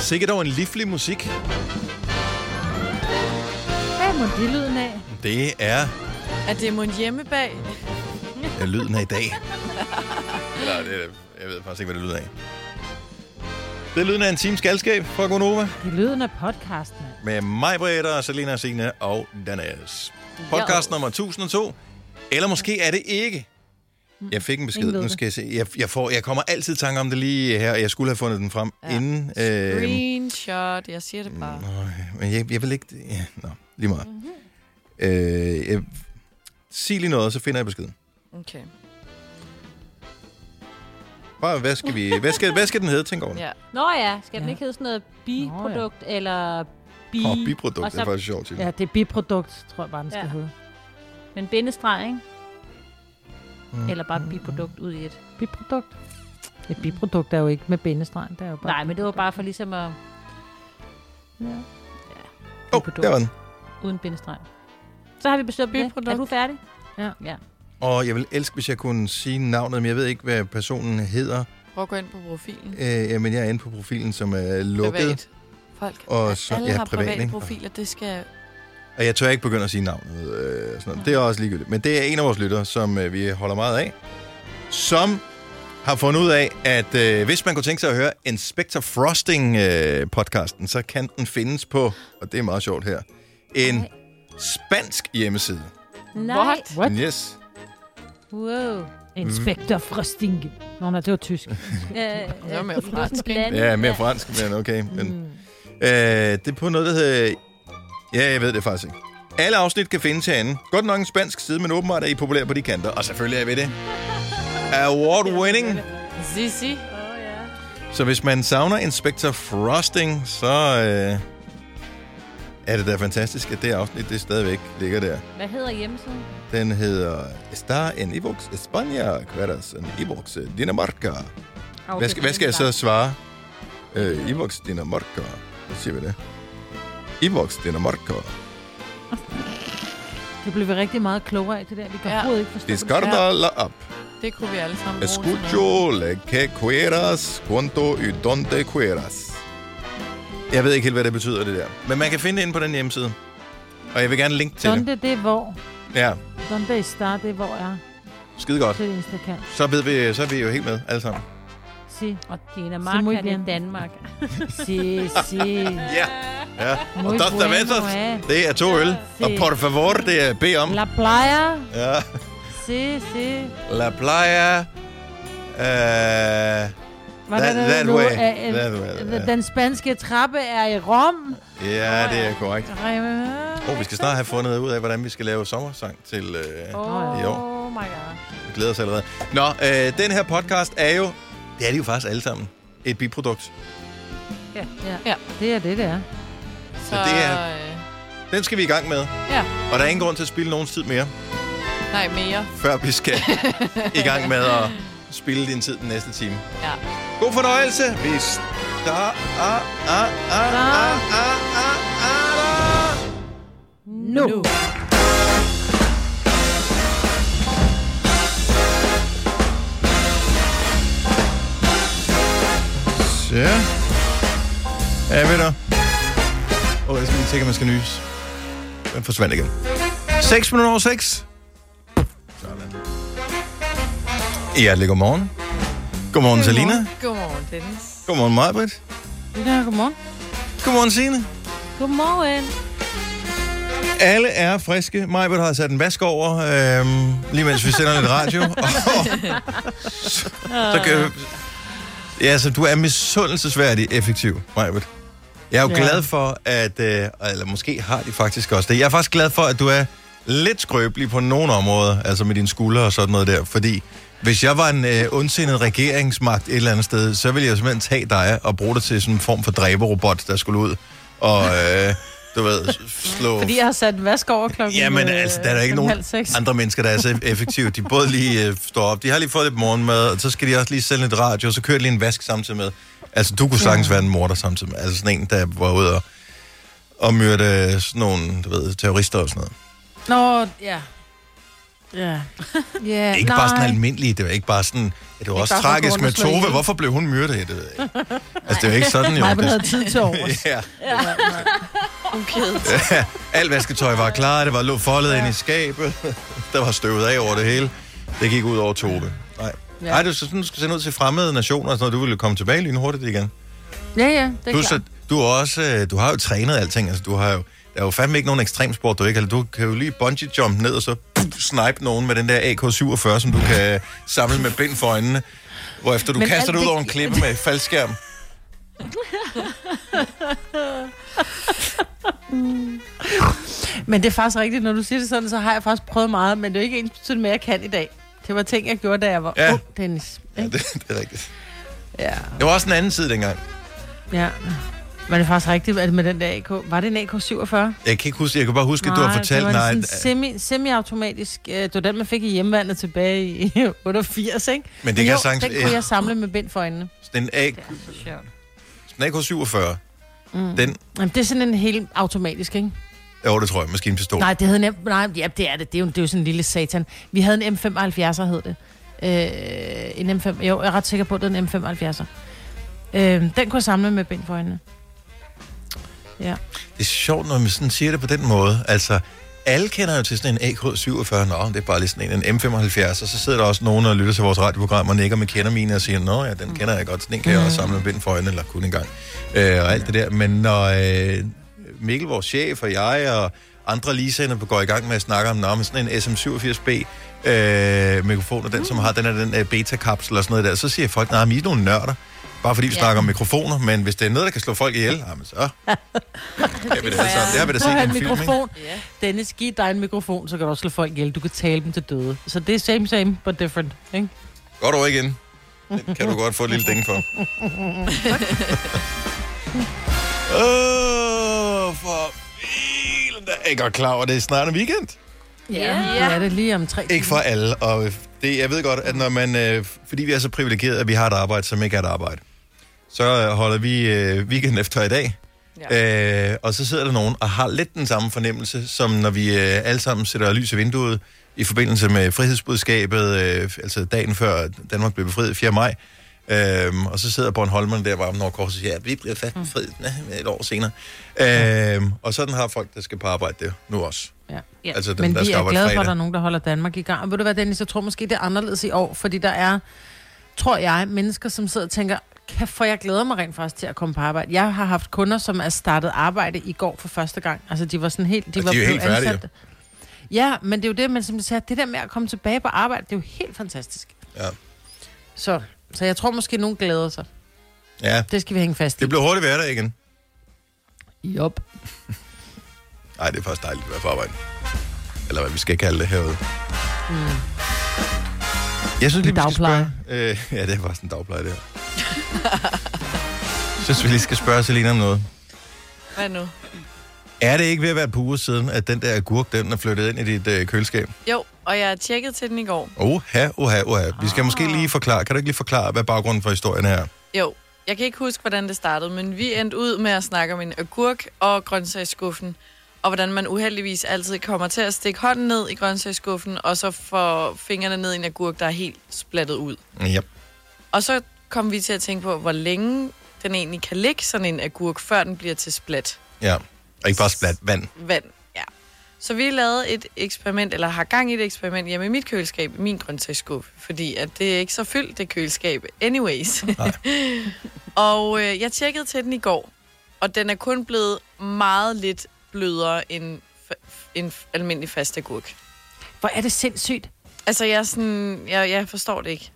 Sikkert over en livlig musik. Hvad må de lyden af? Det er Er det mon hjemme bag? ja, lyden af i dag. Eller, det, jeg ved faktisk ikke, hvad det lyder af. Det er lyden af en times galskab fra Gonova Det er lyden af podcasten. med mig, Britta, Selina, Signe og Danas. Podcast nummer 1002. Eller måske er det ikke. Jeg fik en besked. Ingen ved Nu det. skal jeg se. Jeg, jeg, får, jeg kommer altid i tanke om det lige her. Jeg skulle have fundet den frem ja. inden. Øh, Screenshot, jeg siger Mm, det bare. Øj, Men jeg, jeg vil ikke... Ja, nå, lige meget. Mhm. Mm-hmm. Øh, jeg, sig lige noget, så finder jeg beskeden. Okay, Bare, hvad skal vi... Hvad skal, hvad skal den hedde, tænk over det. Ja. ja. Nå ja, skal den Ja. ikke hedde sådan noget biprodukt Nå, ja. eller bi... Og biprodukt, og det er faktisk sjovt til. Ja, Ja. det er biprodukt, tror jeg bare, den skal Ja. hedde. Men bindestreg, ikke? Mm. Eller bare biprodukt ud i et. Biprodukt. Et biprodukt er jo ikke med bindestreg. Det er jo bare Nej, men det var bare for ligesom at... Oh, der var den. Uden bindestreg. Så har vi besøgt det. Biprodukt. Er du færdig? Ja. ja. Og jeg vil elske, hvis jeg kunne sige navnet, men jeg ved ikke, hvad personen hedder. Prøv at gå ind på profilen. Øh, jamen, jeg er inde på profilen, som er lukket. Privat. Folk. Og så- Alle ja, har privat, private ikke? profiler, det skal... Og jeg tør ikke begynde at sige navnet. Øh, og sådan noget. Det er også ligegyldigt. Men det er en af vores lyttere, som øh, vi holder meget af, som har fundet ud af, at øh, hvis man kunne tænke sig at høre Inspector Frosting-podcasten, øh, podcasten, så kan den findes på, og det er meget sjovt her, en Ej. spansk hjemmeside. Nej. What? What? Yes. Wow. Mm. Øh, Inspektor Frostinge. Nå, nej, det var tysk. Ja, var mere fransk, ikke? Ja, øh, mere fransk, men okay. Men, øh, det er på noget, der hedder... Ja, jeg ved det faktisk ikke. Alle afsnit kan findes herinde. Godt nok en spansk side, men åbenbart er I populære på de kanter. Og selvfølgelig er vi det. Award-winning. Sisi. Så hvis man savner Inspector Frosting, så øh, er det da fantastisk, at det afsnit det stadigvæk ligger der. Hvad hedder hjemmesiden? Den hedder Star en Evox España, Queras en Evox øh, Dinamarca. Okay, Hvad skal, hvad skal jeg så svare? Øh, Evox Dinamarca. Hvad siger vi det? Evox Dinamarca. Det blev vi rigtig meget klogere af det der. Vi kan Ja. overhovedet ikke forstå det. Descarga la app. Det kunne vi alle sammen bruge til noget. Escucho le que quieras, cuanto y donde quieras. Jeg ved ikke helt, hvad det betyder, det der. Men man kan finde det inde på den hjemmeside. Og jeg vil gerne linke til det. Donde, det er hvor. Ja, Donde star, det er hvor jeg er. skide godt. Det er det eneste, jeg kan Så ved vi, så er vi jo helt med alle sammen. sige. Og Dina Så må I Mark er det gerne. Danmark. Si, si. Ja. ja. Og Muy Dos Taventos, bueno, eh. det er to øl. Og por favor, det er B om. La playa. Ja. Si, si. La playa. Uh, Var That- der that nu? way. Øh, øh, That way, ja. Den spanske trappe er i Rom. ja, det er korrekt. Åh, Oh, vi skal snart have fundet ud af, hvordan vi skal lave sommersang til øh, i år. Oh my god. Vi glæder os allerede. Nå, øh, den her podcast er jo... Det er de jo faktisk alle sammen. Et biprodukt. Det er det, det er. Så, det er- øh, Den skal vi i gang med. Ja, Og der er ingen grund til at spille nogen tid mere, nej, mere. før vi skal i gang med at spille din tid den næste time. Ja. God fornøjelse. Vi starter. Nu. Nu. Så. Er vi der? Åh, oh, jeg skal lige tjekke, om jeg skal nys. Den forsvandt igen. 6 minutter over 6. Sådan. Hjertelig godmorgen. Godmorgen, Selina. Godmorgen, Dennis. Godmorgen, Majbrit. Ja, godmorgen. Godmorgen, Signe. Godmorgen. Alle er friske. Majbert har sat en vask over, øhm, lige mens vi sender lidt radio. Og, så, så kan, ja, så du er misundelsesværdig effektiv, Majbert. Jeg er jo ja. Ja. glad for, at... Øh, eller måske har de faktisk også det. Jeg er faktisk glad for, at du er lidt skrøbelig på nogle områder, altså med dine skuldre og sådan noget der, fordi hvis jeg var en øh, ondsindet regeringsmagt et eller andet sted, så ville jeg jo simpelthen tage dig og bruge dig til sådan en form for dræberrobot, der skulle ud og, øh, du ved, slå... Fordi jeg har sat vask over klokken Jamen øh, altså, der er der ikke fem, nogen halv seks. andre mennesker, der er så effektive. De både lige øh, står op, de har lige fået lidt morgenmad, og så skal de også lige sende lidt radio, og så kører de lige en vask samtidig med. Altså, du kunne sagtens være en morder samtidig med. Altså sådan en, der var ude og, og myrde øh, sådan nogle, du ved, terrorister og sådan noget. Nå, ja. Ja. Ja, Ikke bare sådan almindelige, det var ikke bare sådan... Det var også bare sådan, tragisk hun med er slået Tove. ihjel. Hvorfor blev hun myrdet? Det ved jeg ikke. Altså, det er jo ikke sådan, jo. Nej, men Det- havde tid til overs. Ja. Okay. Ja, alt vasketøj var klar, det var lå foldet ja. ind i skabet, der var støvet af over det hele. Det gik ud over Tove. Nej. Ja. Ja. Ej, du så sådan, du skal sende ud til fremmede nationer, og sådan noget. du ville komme tilbage lynhurtigt igen. Ja, ja, det er Du, klart. er så, du, er også, øh, du har jo trænet alting, altså du har jo, der er jo fandme ikke nogen ekstremsport, du ikke eller Du kan jo lige bungee jump ned og så puff, snipe nogen med den der AK-47, som du kan samle med bind for øjnene, hvorefter du Men kaster alt det ud det- over en klippe med faldskærm. Men det er faktisk rigtigt, når du siger det sådan, så har jeg faktisk prøvet meget, men det er jo ikke ens betydende med, at jeg kan i dag. Det var ting, jeg gjorde, da jeg var Ja. ja. ung, Dennis. Ja, Ikke? det, det er rigtigt. Ja. Det var også en anden tid dengang. ja. Men det er faktisk rigtigt, at med den der AK... Var det en AK-47? Jeg kan ikke huske, jeg kan bare huske, at du har fortalt, det var nej, en sådan semi, semi-automatisk... Øh, det var den, man fik i hjemmevandet tilbage i 88, ikke? Men det kan jo, jeg sagtens... den kunne jeg samle med bind for øjnene. Den AK, Sjovt. den AK-47, Mm. Den- Jamen, det er sådan en helt automatisk, ikke? jo, det tror jeg, maskinpistol. Nej, det hed nem... Nej, ja, det er det. Det er, jo, det er jo sådan en lille satan. Vi havde en M75'er, hed det. Øh, en M5... Jo, jeg er ret sikker på, at det er en M75'er. Øh, den kunne jeg samle med ben for øjnene. Det er sjovt, når man sådan siger det på den måde. Altså, alle kender jo til sådan en AK-47, nå, det er bare lige sådan en, en M75, og så sidder der også nogen og lytter til vores radioprogram og nikker med kender mine og siger, nå ja, den kender jeg godt, sådan en kan jeg også samle med bind for øjnene, eller kun en gang, øh, og alt det der. Men når øh, Mikkel, vores chef, og jeg og andre ligesendere går i gang med at snakke om, nå, men sådan en SM87B, øh, mikrofon, og den, som har den her den, øh, beta-kapsel og sådan noget der, så siger folk, nej, men I er nogle nørder. Bare fordi vi ja. Ja. snakker om mikrofoner, men hvis det er noget, der kan slå folk ihjel, jamen så det har vi da alle sammen. Det har vi da Så har set i jeg en en film, ikke? mikrofon. Ja. Dennis, giv dig en mikrofon, så kan du også slå folk ihjel. Du kan tale dem til døde. Så det er same, same, but different, ikke? Godt over igen. Det kan du godt få et lille ding for. Åh, oh, for bilen, der er ikke godt klar over, at det er snart en weekend. Ja. Det er det lige om tre Ikke for alle, og det, jeg ved godt, at når man, øh, fordi vi er så privilegerede, at vi har et arbejde, som ikke er et arbejde, så øh, holder vi øh, weekend efter i dag, Ja. Øh, og så sidder der nogen og har lidt den samme fornemmelse, som når vi øh, alle sammen sætter lys i vinduet i forbindelse med frihedsbudskabet, øh, altså dagen før Danmark blev befriet 4. maj. Øhm, og så sidder Bornholmerne der varmen over korset og siger, at vi bliver fast befriet mm. et år senere. Øhm, og sådan har folk, der skal på arbejde det nu også. Ja. Ja. Altså dem, Men der vi skal er arbejde glade for, fredag. at der er nogen, der holder Danmark i gang. Og ved du hvad, Dennis, jeg tror måske, det er anderledes i år, fordi der er, tror jeg, mennesker, som sidder og tænker, "Kæft, for jeg glæder mig rent faktisk til at komme på arbejde. Jeg har haft kunder, som er startet arbejde i går for første gang. Altså, de var sådan helt... De, Og var de er jo blevet helt færdige, ansat. Ja, men det er jo det, man som sagde, det der med at komme tilbage på arbejde, det er jo helt fantastisk. Ja. Så, så jeg tror måske, nogen glæder sig. Ja, Det skal vi hænge fast i. det bliver hurtigt hverdag igen. Jop. Nej, det er faktisk dejligt at være på arbejde. Eller hvad vi skal kalde det herude. Mm. Jeg synes lige, En vi skal dagpleje. spørge... Øh, ja, det er faktisk en dagpleje, det her. Jeg synes, vi lige skal spørge Selina om noget. Hvad nu? Er det ikke ved at være på uger siden, at den der agurk, den er flyttet ind i dit øh, køleskab? Jo, og jeg tjekkede til den i går. Oha, oha, oha. Vi skal måske lige forklare. Kan du ikke lige forklare, hvad baggrunden for historien er? Jo, jeg kan ikke huske, hvordan det startede, men vi endte ud med at snakke om en agurk og grøntsagsskuffen, og hvordan man uheldigvis altid kommer til at stikke hånden ned i grøntsagsskuffen, og så får fingrene ned i en agurk, der er helt splattet ud. Ja. Og så kom vi til at tænke på, hvor længe den egentlig kan ligge sådan en agurk, før den bliver til splat ja. Og ikke bare splat vand. vand. Ja. Så vi lavede et eksperiment, eller har gang i et eksperiment hjemme i mit køleskab, i min grøntsagsskuffe, fordi at det er ikke så fyldt, det køleskab. Anyways. Nej. og øh, jeg tjekkede til den i går, og den er kun blevet meget lidt blødere end f- en f- almindelig fast agurk. Hvor er det sindssygt. Altså, jeg, er sådan, jeg, jeg forstår det ikke.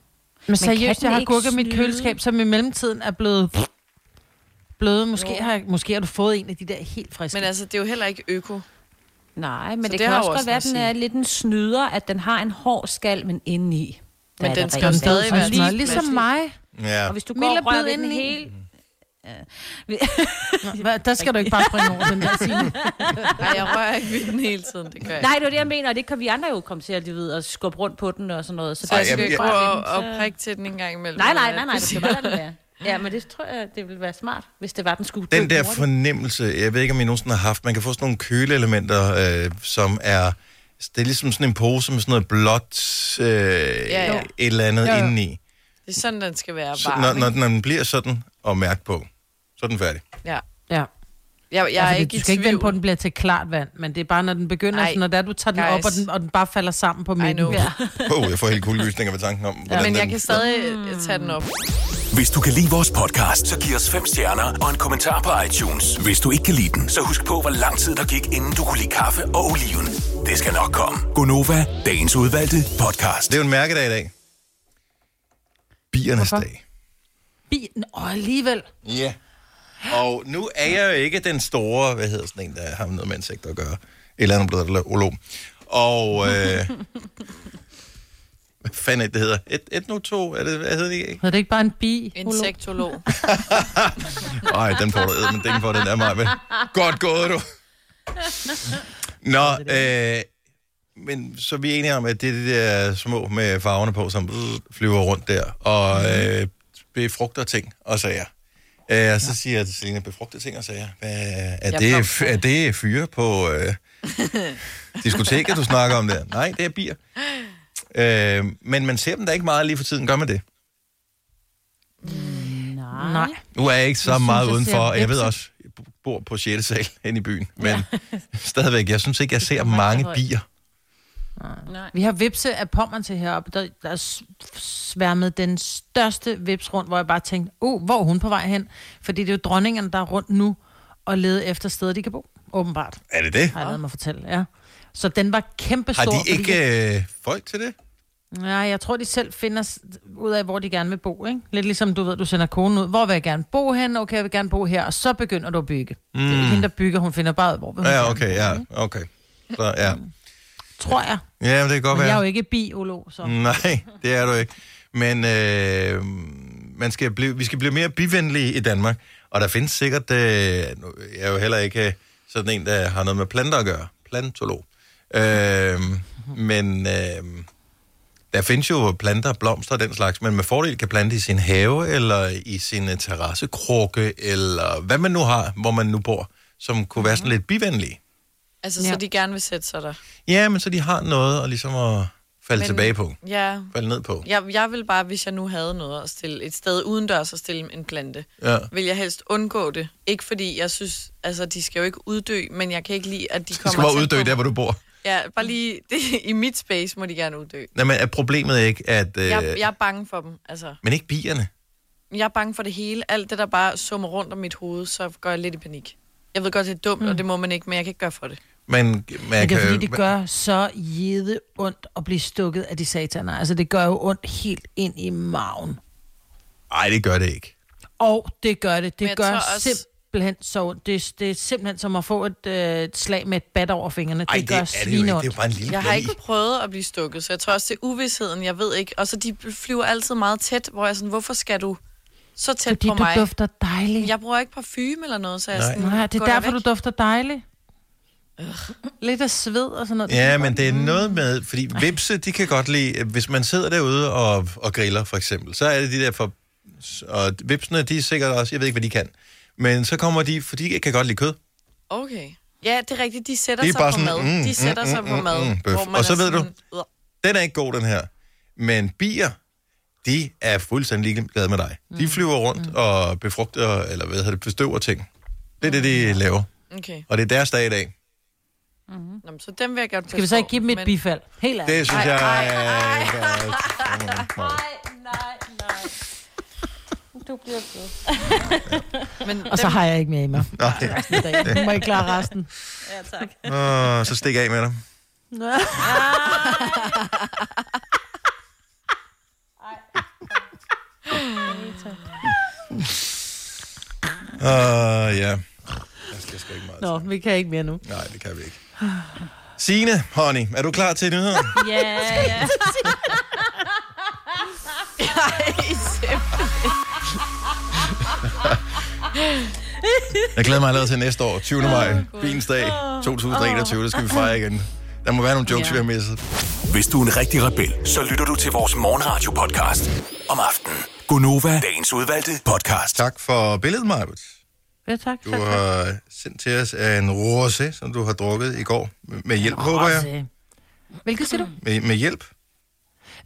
Men kan seriøst, den jeg har ikke gurket i mit snyde? køleskab, som i mellemtiden er blevet bløde. Måske, Jo. har, jeg- måske har du fået en af de der helt friske. Men altså, det er jo heller ikke øko. Nej, men Så det, det det kan har også jo godt også være, at noget den at er lidt en snyder, at den har en hård skal, men indeni. der Men er den der skal rigtig jo stadig salt. være Og lige Nå, lige- ligesom mig. Ja. Og hvis du går Mild er og rører blevet ved den indeni. hele... Hva, der skal du ikke bare springe over den der sine. Nej, jeg rører ikke ved den hele tiden, det gør jeg. Nej, det er det, jeg mener, og det kan vi andre jo komme til at, du ved, at skubbe rundt på den og sådan noget. Så Så jeg Ej, skal jeg- ikke gå jeg- og, og prikke til den en gang imellem. Nej, nej, eller nej, nej, hvad? det skal bare lade den være. Ja, men det tror jeg, det ville være smart, hvis det var, den skulle Den dø der hurtigt. fornemmelse, jeg ved ikke, om I nogensinde har haft, man kan få sådan nogle køleelementer, øh, som er det er ligesom sådan en pose med sådan noget blåt øh, ja, ja. ja. et eller andet Jo, ja, jo. ja. indeni. Det er sådan, den skal være Så, varm. når, når, ikke? når den bliver sådan og mærke på, så er den færdig. Ja. Ja. Jeg, jeg Jeg er altså, ikke ikke i du skal ikke tvivl. vente på, at den bliver til klart vand, men det er bare, når den begynder, Ej, Ej, sådan, når det er, du tager den op, guys. og den, og den bare falder sammen på I midten. know. Ja. Oh, jeg får helt kuldegysninger ved tanken om, hvordan Men jeg den... kan stadig øh, tage den op. Hvis du kan lide vores podcast, så giv os fem stjerner og en kommentar på iTunes. Hvis du ikke kan lide den, så husk på, hvor lang tid der gik, inden du kunne lide kaffe og oliven. Det skal nok komme. Gonova, dagens udvalgte podcast. Det er jo en mærkedag i dag. Biernes Hvorfor? dag. Bilen, og alligevel. Ja. Og nu er jeg jo ikke den store, hvad hedder sådan en, der har noget med insekter at gøre. Et eller andet blevet eller olom. Og, øh, hvad fanden er det, det hedder? Et, et no to, er det, hvad hedder det ikke? Hedder det ikke bare en bi? Insektolog. Ej, den får du æd, men den får den der mig. Men godt gået, du. Nå, øh, men så er vi enige om, at det er de der små med farverne på, som øh, flyver rundt der, og øh, befrugter ting og sager. Øh, og så siger jeg til Selina, befrugter ting og sager. Hvad, er, Jeg det, blomster. er det fyre på øh, diskoteket, du snakker om der? Nej, det er bier. Øh, men man ser dem da ikke meget lige for tiden, gør man det? Nej. Nu er jeg ikke så Jeg jeg synes, meget jeg udenfor, ser og jeg ved hvepse. også, jeg bor på 6. sal inde i byen, men stadigvæk, jeg synes ikke, jeg ser mange højt. bier. Nej. Vi har vipse af pommeren til heroppe. Der, der er s- sværmet den største vips rundt, hvor jeg bare tænkte, oh, hvor er hun på vej hen? Fordi det er jo dronningerne, der er rundt nu og leder efter steder, de kan bo, åbenbart. Er det det? Har jeg lavet mig fortælle, ja. Så den var kæmpe Har stor. de ikke øh, folk til det? Ja, jeg tror, de selv finder s- ud af, hvor de gerne vil bo, ikke? Lidt ligesom, du ved, du sender konen ud. Hvor vil jeg gerne bo hen? Okay, jeg vil gerne bo her. Og så begynder du at bygge. Mm. Det er ikke hende, der bygger. Hun finder bare ud, hvor vil hun Ja, gerne okay, bo, ja, ikke? okay. Så, ja. Tror jeg. ja, men det kan godt Men jeg er jo være. ikke biolog, så... Mm. Nej, det er du ikke. Men øh, man skal blive, vi skal blive mere bivenlige i Danmark, og der findes sikkert, øh, nu- jeg er jo heller ikke øh, sådan en, der har noget med planter at gøre, plantolog. Øh, men øh, Der findes jo planter, blomster og den slags, men med fordel kan plante i sin have, eller i sin øh, terrassekrukke, eller hvad man nu har, hvor man nu bor, som kunne være Mhm. sådan lidt bivenlige. Altså, så Ja. de gerne vil sætte sig der. Ja, men så de har noget at, ligesom at falde men... Men- tilbage på, Ja. falde ned på. Jeg, jeg vil bare, hvis jeg nu havde noget at stille et sted udendørs og stille en plante, Ja. vil jeg helst undgå det. Ikke fordi jeg synes, altså de skal jo ikke uddø, men jeg kan ikke lide, at de Du skal kommer bare tæt uddø på der, mig. hvor du bor. Ja, bare lige det, i mit space må de gerne uddø. Nej, men er problemet ikke, at... Øh, Jeg, jeg er bange for dem, altså. Men ikke bierne. Jeg er bange for det hele. Alt det, der bare summer rundt om mit hoved, så går jeg lidt i panik. Jeg ved godt, det er dumt, mm. og det må man ikke, men jeg kan ikke gøre for det. Men, man Men det er kan- fordi, det gør så jede ondt at blive stukket af de sataner. Altså, det gør jo ondt helt ind i maven. Ej, det gør det ikke. Og det gør det. Men Det jeg gør tror også- også... simpelthen så ondt. Det, det er simpelthen som at få et, øh, et slag med et bat over fingrene. Ej, det, gør er det jo ikke. Det er jo svinondt. bare en lille Jeg har blæ. ikke prøvet at blive stukket, så jeg tror også, det er uvidsheden, jeg ved ikke. Og så de flyver altid meget tæt, hvor jeg er sådan, hvorfor skal du så tæt Fordi på mig? du dufter dejligt. Jeg bruger ikke parfume eller noget, så jeg er Nej. sådan, Nej, det "Gå er da derfor, væk." du dufter dejligt. Lidt af sved og sådan noget. Ja, men det er noget med, fordi vipse, de kan godt lide, hvis man sidder derude og, og griller for eksempel, så er det de der for, og vipsene, de er sikkert også, jeg ved ikke, hvad de kan, men så kommer de, for de kan godt lide kød. Okay. Ja, det er rigtigt, de sætter Det er sig bare på sådan, mad. mm, De sætter mm, sig mm, på mm, mad, mm, bøf. hvor man Og så er ved du- sådan, "Ugh." Den er ikke god, den her. Men bier, de er fuldstændig ligeglade med dig. Mm. De flyver rundt og befrugter, eller hvad hedder det, bestøver ting. Det er det, de laver. Okay, Og det er deres dag i dag. Nå, men så dem vil jeg godt Mhm. Skal vi så ikke give dem et men- bifald? Helt ærligt. Det synes jeg... ej, er- Nej, nej, nej. Du bliver glad. Men Og så dem- har jeg ikke mere i mig Nej. i dag. Nu må I klare resten. Ja, tak. Åh, så stik af med dem. Ah. Åh, Uh, ja. Jeg skal sgu ikke meget. Nå, vi kan ikke mere nu. Nej, det kan vi ikke. Signe, honey, er du klar til nyheden? Ja, ja. Ej, simpelthen. Jeg glæder mig allerede til næste år, 20. maj, Bilens dag 2021, det skal vi fejre igen. Der må være nogle jokes, vi har misset. Hvis du er en rigtig rebel, så lytter du til vores morgenradio-podcast om aftenen. Gonova, dagens udvalgte podcast. Tak for billedet, Majbert. Ja, tak. Du har sendt til os en rosé, som du har drukket i går. Med hjælp, håber jeg. Hvilket siger du? Med, med hjælp?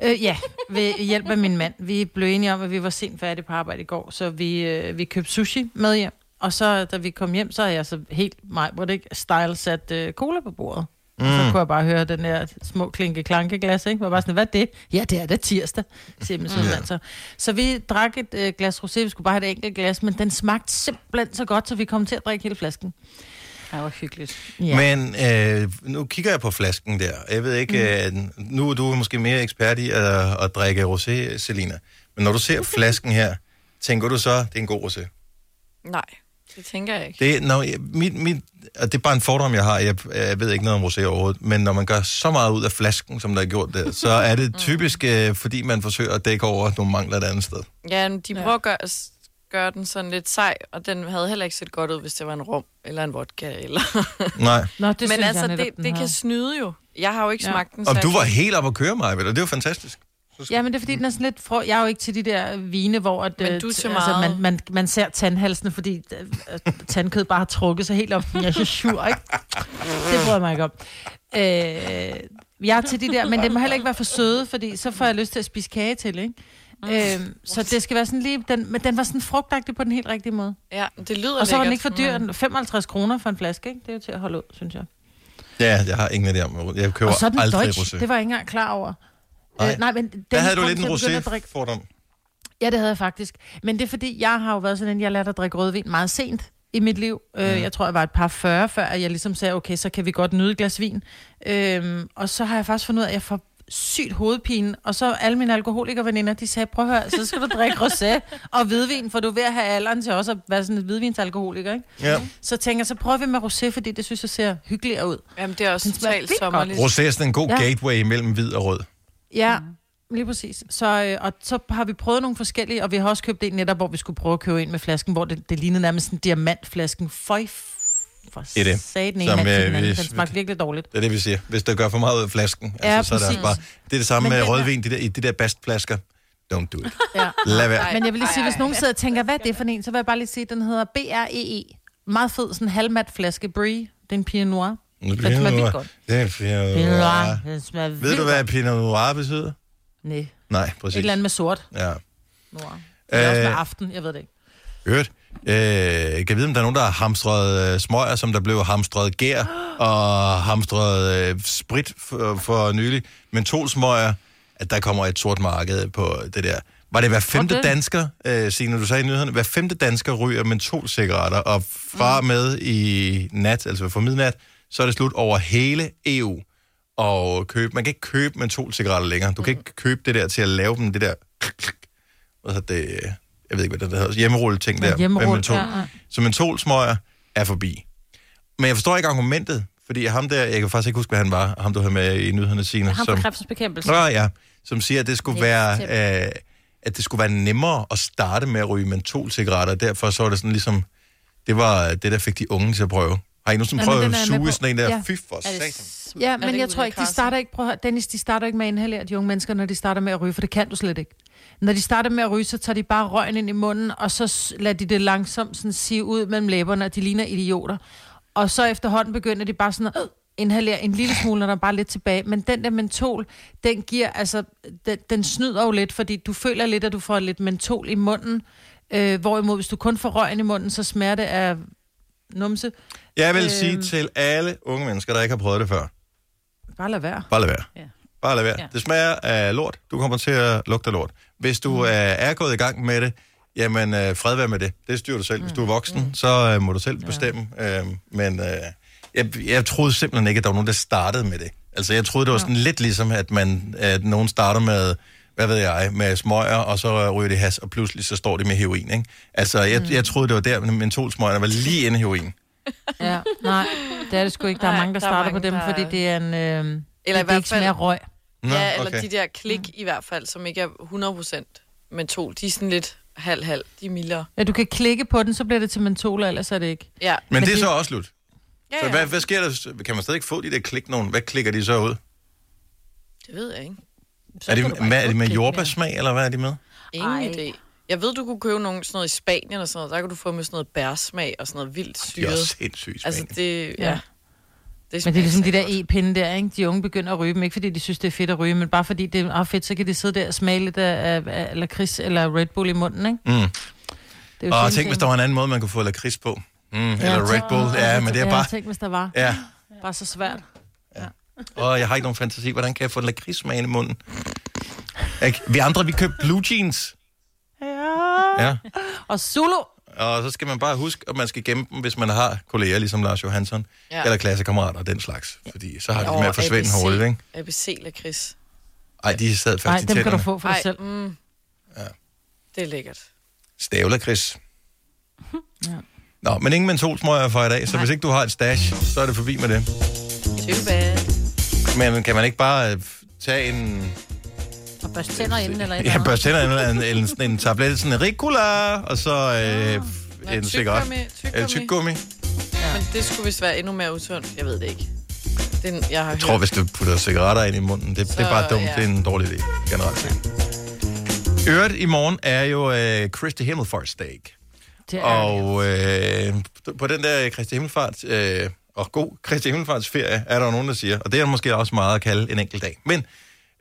Øh, ja, ved hjælp af min mand. Vi blev enige om, at vi var sent færdige på arbejde i går, så vi, øh, vi købte sushi med hjem. Og så, da vi kom hjem, så havde jeg så helt mig, hvor det ikke style sat øh, cola på bordet. Mm. Og så kunne jeg bare høre den der små klinke klanke glas, ikke? Var bare sådan, hvad er det? Ja, det er det tirsdag, siger Mm. min søn altså. Så vi drak et øh, glas rosé, vi skulle bare have et enkelt glas, men den smagte simpelthen så godt, så vi kom til at drikke hele flasken. Det var hyggeligt. Ja. Ja. Men øh, nu kigger jeg på flasken der. Jeg ved ikke, mm. øh, nu er du måske mere ekspert i at, at drikke rosé, Selina. Men når du ser flasken her, tænker du så, det er en god rosé? Nej, det tænker jeg ikke. Det, når, jeg- mit, mit, og det er bare en fordom, jeg har. Jeg, jeg ved ikke noget om rosé overhovedet. Men når man gør så meget ud af flasken, som der er gjort der, så er Mm. det typisk, øh, fordi man forsøger at dække over nogle mangler et andet sted. Ja, men de prøver at gøre, s- gøre den sådan lidt sej, og den havde heller ikke set godt ud, hvis det var en rom eller en vodka. Eller... Nej. Nå, det Men synes altså, jeg netop, det, den det har. kan snyde jo. Jeg har jo ikke Ja. ja. smagt den Og du særlig. var helt op at køre mig, og det var jo fantastisk. Ja, men det er Mm. fordi, den er sådan lidt frå... Jeg er jo ikke til de der vine, hvor at, Men øh, du er t- til meget. man, man, man ser tandhalsene, fordi øh, øh, tandkød bare har trukket sig helt op. Jeg er så sur, ikke? Det bryder jeg mig ikke om. Øh, jeg er til de der, men det må heller ikke være for søde, fordi så får jeg lyst til at spise kage til, ikke? Mm. Øh, så det skal være sådan lige... Den, men den var sådan frugtagtig på den helt rigtige måde. Ja, det lyder Og så var den lækkert, Mm. ikke for dyr. men- Den- 55 kroner for en flaske, ikke? Det er jo til at holde ud, synes jeg. Ja, jeg har ingen idé om. Jeg køber Og så er den aldrig Deutsch. rosé. Det var jeg ikke engang klar over. Nej. Øh, nej, men den Der havde du kom lidt en til at begynde at drikke- rosé-fordom. Ja, det havde jeg faktisk. Men det er fordi, jeg har jo været sådan en, jeg lærte at drikke rødvin meget sent i mit liv. Mm. Mhm. Øh, jeg tror, jeg var et par 40, før jeg ligesom sagde, okay, så kan vi godt nyde et glas vin. Øhm, og så har jeg faktisk fundet ud af, at jeg får sygt hovedpine. Og så alle mine alkoholikerveninder, de sagde, prøv at høre, så skal du drikke rosé og hvidvin, for du er ved at have alderen til også at være sådan et hvidvinsalkoholiker, ikke? Ja. Så tænker jeg, så prøver vi med rosé, fordi det synes jeg ser hyggeligere ud. Jamen, det er også Den smager totalt vildt godt. sommerligt. Rosé er sådan en god Ja. ja. gateway mellem hvid og rød. Ja, mm. lige præcis. Så, øh, og så har vi prøvet nogle forskellige, og vi har også købt en netop, hvor vi skulle prøve at købe en med flasken, hvor det, det lignede nærmest en diamantflasken. Føj, f- for er det. satan, en Som, mand til øh, den anden. hvis- Den smagte virkelig dårligt. Det er det, vi siger. Hvis der gør for meget ud af flasken, Ja, altså, så er det, præcis. også bare... det er det samme Men med den der- rødvin, de der, i de der bastflasker. Don't do it. Ja. Lad være. Nej. Men jeg vil lige sige, hvis nogen sidder og tænker, hvad er det for en, så vil jeg bare lige sige, at den hedder BREE. E. Meget fed, sådan en halvmat flaske Brie. Det er en Pinot Noir. Den Pinot smager vildt Noir. godt. Det er Pinot Pinot Noir. Noir. Den smager vildt Ved du, hvad Pinot Noir betyder? Nej. Et Nej, præcis. eller andet med sort. Ja. Noir. Eller også med Øh, aften, jeg ved det ikke. Hørt. Øh, kan jeg vide, om der er nogen, der har hamstret øh, smøger, som der blev hamstret gær og hamstret øh, sprit for, for nylig. Mentolsmøger, at der kommer et sort marked på det der. Var det hver femte Hvordan? dansker, øh, Signe, du sagde i nyhederne, hver femte dansker ryger mentolcigaretter, og fra og med i nat, altså for midnat, så er det slut over hele EU. Og købe, man kan ikke købe mentolcigaretter længere. Du kan ikke købe det der til at lave dem, det der hvad hedder det, jeg ved ikke, hvad det hedder, hjemmerullet ting der. hjemmerul, med mentol. ja, ja. Så mentolsmøger er forbi. Men jeg forstår ikke argumentet, fordi ham der, jeg kan faktisk ikke huske, hvad han var, ham du havde med i nyhederne, Signe. Ham som, fra kræftens bekæmpelse. Nå, ja, som siger, at det skulle Niels være... Thep. Øh, at det skulle være nemmere at starte med at ryge mentolcigaretter, derfor så var det sådan ligesom, det var det, der fik de unge til at prøve. Har I nogensinde Nå, men prøvet den at er jeg med suge på. sådan en der? Ja. Ja. Fy for Er det satan. s- Ja, men det jeg ude tror i ikke, de kradset? starter ikke, prøv at høre, Dennis, de starter ikke med at inhalere, de unge mennesker, når de starter med at ryge, for det kan du slet ikke. Når de starter med at ryge, så tager de bare røgen ind i munden, og så s- lader de det langsomt sådan sive ud mellem læberne, og de ligner idioter. Og så efterhånden begynder de bare sådan at øh, inhalere en lille smule, når der er bare lidt tilbage. Men den der mentol, den giver, altså, den, den snyder jo lidt, fordi du føler lidt, at du får lidt mentol i munden. Øh, hvorimod, hvis du kun får røgen i munden, så smager det af numse. Øh, Jeg vil Øhm. sige til alle unge mennesker, der ikke har prøvet det før, Bare lad være. Bare lad være. Ja. Bare lad være. Ja. Ja. Det smager af lort. Du kommer til at lugte af lort. Hvis du Mm. øh, er gået i gang med det, jamen øh, fred være med det. Det styrer du selv. Hvis du Mm. er voksen, så øh, må du selv bestemme. Øh, men øh, jeg, jeg troede simpelthen ikke, at der var nogen, der startede med det. Altså jeg troede, det var sådan lidt ligesom, at, man, at nogen starter med hvad ved jeg, med smøger, og så øh, ryger det has, og pludselig så står det med heroin, ikke? Altså, jeg, mm. jeg troede, det var der, men mentolsmøgerne var lige inde i heroin. Ja, nej, det er det sgu ikke. Der er Nej, mange, der, der er starter mange, på dem, der- fordi det er en... Øh, Eller det, det hvert ikke smager fald- røg. Nå, ja, eller de der Mm. klik i hvert fald, som ikke er 100% mentol. De er sådan lidt halv-halv. De er mildere. Ja, du kan klikke på den, så bliver det til mentol, og ellers er det ikke. Ja. Men, det er det- så også slut. ja, Så ja. hvad, hvad sker der? Kan man stadig ikke få de der klik nogen? Hvad klikker de så ud? Det ved jeg ikke. så Er kan du det, bare hvad, er ikke det med klikke jordbærsmag, eller hvad er det med? Ej. Ingen idé. Jeg ved, du kunne købe nogle, sådan noget i Spanien og sådan noget. Der kan du få med sådan noget bærsmag og sådan noget vildt Det er også syret. sindssygt Altså altså, det, ja. Ja. ja. Det Men det er smager ligesom de ikke der særlig e-pinde der, ikke? De unge begynder at ryge dem, ikke fordi de synes, det er fedt at ryge, men bare fordi det er ah, fedt, så kan de sidde der og smage lidt af, af, af lakrids eller Red Bull i munden, ikke? Mm. Det er Og sådan tænk, en hvis der ting. var en anden måde, man kunne få lakrids på. Mm, Ja, eller Red tænk- Bull. Ja, men det er bare... Tænk, hvis der var. Ja. Bare så svært. Og jeg har ikke nogen fantasi. Hvordan kan jeg få en lakridssmag ind i munden? Ikke? Vi andre, vi købte blue jeans. Ja. ja. Og Zulu! Og så skal man bare huske, at man skal gemme dem, hvis man har kolleger, ligesom Lars Johansson, ja. Ja. eller klassekammerater og den slags. Fordi så har de godt. det med at forsvinde ABC hurtigt, ikke? ABC lakrids. Ej, de sad fast Nej, i dem kan du tænderne. få for dig Ej, selv. mm. Ja. Det er lækkert. Stavler, Chris. Ja. Nå, men ingen mentolsmøger for i dag, så Nej. hvis ikke du har et stash, så er det forbi med det. Too bad. Men kan man ikke bare øh, tage en... Og børst tænder inden eller et Ja, eller andet. børst tænder eller en, en, sådan en tablet, sådan en ricola, og så øh, Nå, en tyggegummi, cigaret. Eller tyggegummi. tyggegummi. Men det skulle vist være endnu mere usundt. Jeg ved det ikke. Den, jeg har Jeg tror, hørt. hvis du putter cigaretter ind i munden, det, så, det er bare Så, dumt. Ja. ja. Det er en dårlig idé, generelt set. Øret i morgen er jo øh, Christi Himmelfarts dag. Det er det. Og øh, på den der Kristi Himmelfart, øh, og god Kristi Himmelfarts ferie, er der jo nogen, der siger, og det er måske også meget at kalde en enkelt dag. Men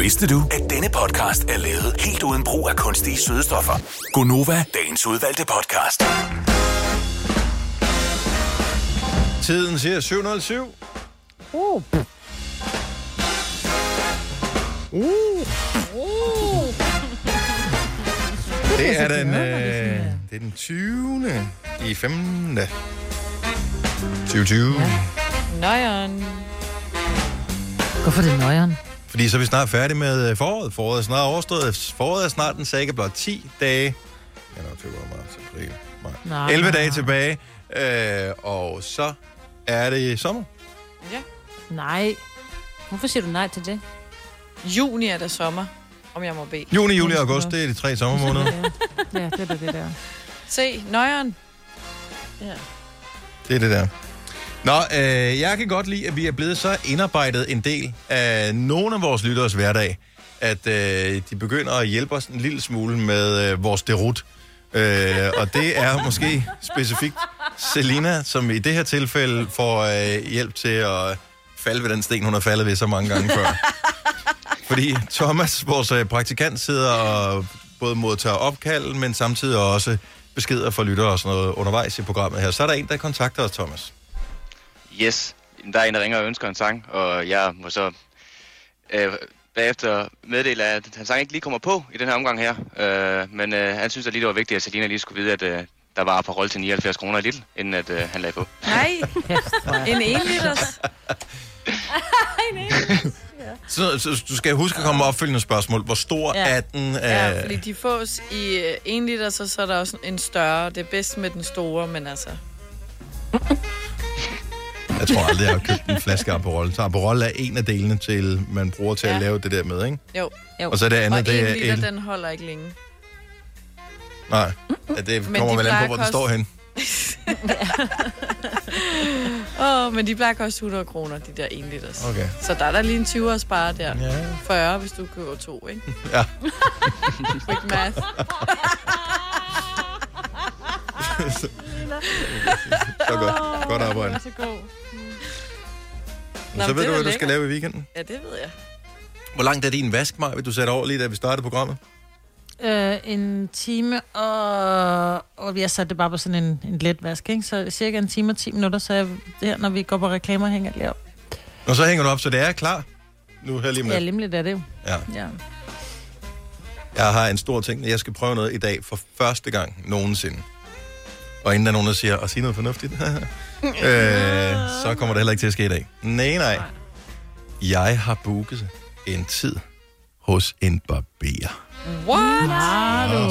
Vidste du, at denne podcast er lavet helt uden brug af kunstige sødestoffer? Gonova, dagens udvalgte podcast. Tiden siger 707. Uh. Oh. Uh. Det er den, øh, det er den 20. i 15. 2020. Ja. Nøjeren. Hvorfor det er nøjeren? Fordi så er vi snart færdige med øh, foråret. Foråret er snart overstået. Foråret er snart den sække blot 10 dage. Januar, februar, marts, april, maj. Nej. 11 dage tilbage. Øh, og så er det sommer. Ja. Nej. Hvorfor siger du nej til det? Juni er der sommer, om jeg må bede. Juni, juli og august, det er de tre sommermåneder. Ja, det er da det der. Se, nøjeren. Det er det der. Nå, øh, jeg kan godt lide, at vi er blevet så indarbejdet en del af nogle af vores lytteres hverdag, at øh, de begynder at hjælpe os en lille smule med øh, vores derut. Øh, og det er måske specifikt Selina, som i det her tilfælde får øh, hjælp til at falde ved den sten, hun har faldet ved så mange gange før. Fordi Thomas, vores øh, praktikant, sidder og både modtager opkald, men samtidig også beskeder fra lyttere og sådan noget undervejs i programmet her. Så er der en, der kontakter os, Thomas. Yes, Jamen, der er en, der ringer og ønsker en sang, og jeg må så øh, bagefter meddele, at hans sang ikke lige kommer på i den her omgang her. Øh, men øh, han synes da lige, det var vigtigt, at Selina lige skulle vide, at øh, der var på rolle til 79 kroner i Lidl, inden at, øh, han lagde på. Nej, en enliters. Så, så du skal huske at komme med opfølgende spørgsmål. Hvor stor ja. Ja. er den? Øh, Ja, fordi de fås i øh, en liter, så, så er der også en større. Det er bedst med den store, men altså... Jeg tror aldrig, jeg har købt en flaske Aperol. Så Aperol er en af delene, til man bruger til ja. at Ja. lave det der med, ikke? Jo. Jo. Og så det Og andet, en det er liter, el. den holder ikke længe. Nej, ja, det Men kommer de vel an plejer på, at hvor den koste- står hen. Åh, oh, men de plejer at koste 100 kroner, de der 1 liters. Okay. Okay. Så der er der lige en 20 at spare der. Ja. 40, hvis du køber to, ikke? Ja. Quick math. Så godt. Godt arbejde. Så god. Mm. Men så ved men det du, hvad er du da skal lækkert. lave i weekenden. Ja, det ved jeg. Hvor langt er din vask, Maja, vil du sætte over lige, da vi startede programmet? Øh, en time og... Og vi har sat det bare på sådan en, en let vask, ikke? Så cirka en time og 10 minutter, så jeg, her, når vi går på reklamer, hænger det lige op. Og så hænger du op, så det er klar. Nu her lige Ja, med. limligt er det jo. Ja. Ja. Jeg har en stor ting, jeg skal prøve noget i dag for første gang nogensinde. Og inden der er nogen, der siger, og sige noget fornuftigt, øh, så kommer det heller ikke til at ske i dag. Nej, nej. Jeg har booket en tid hos en barber. What? Har du?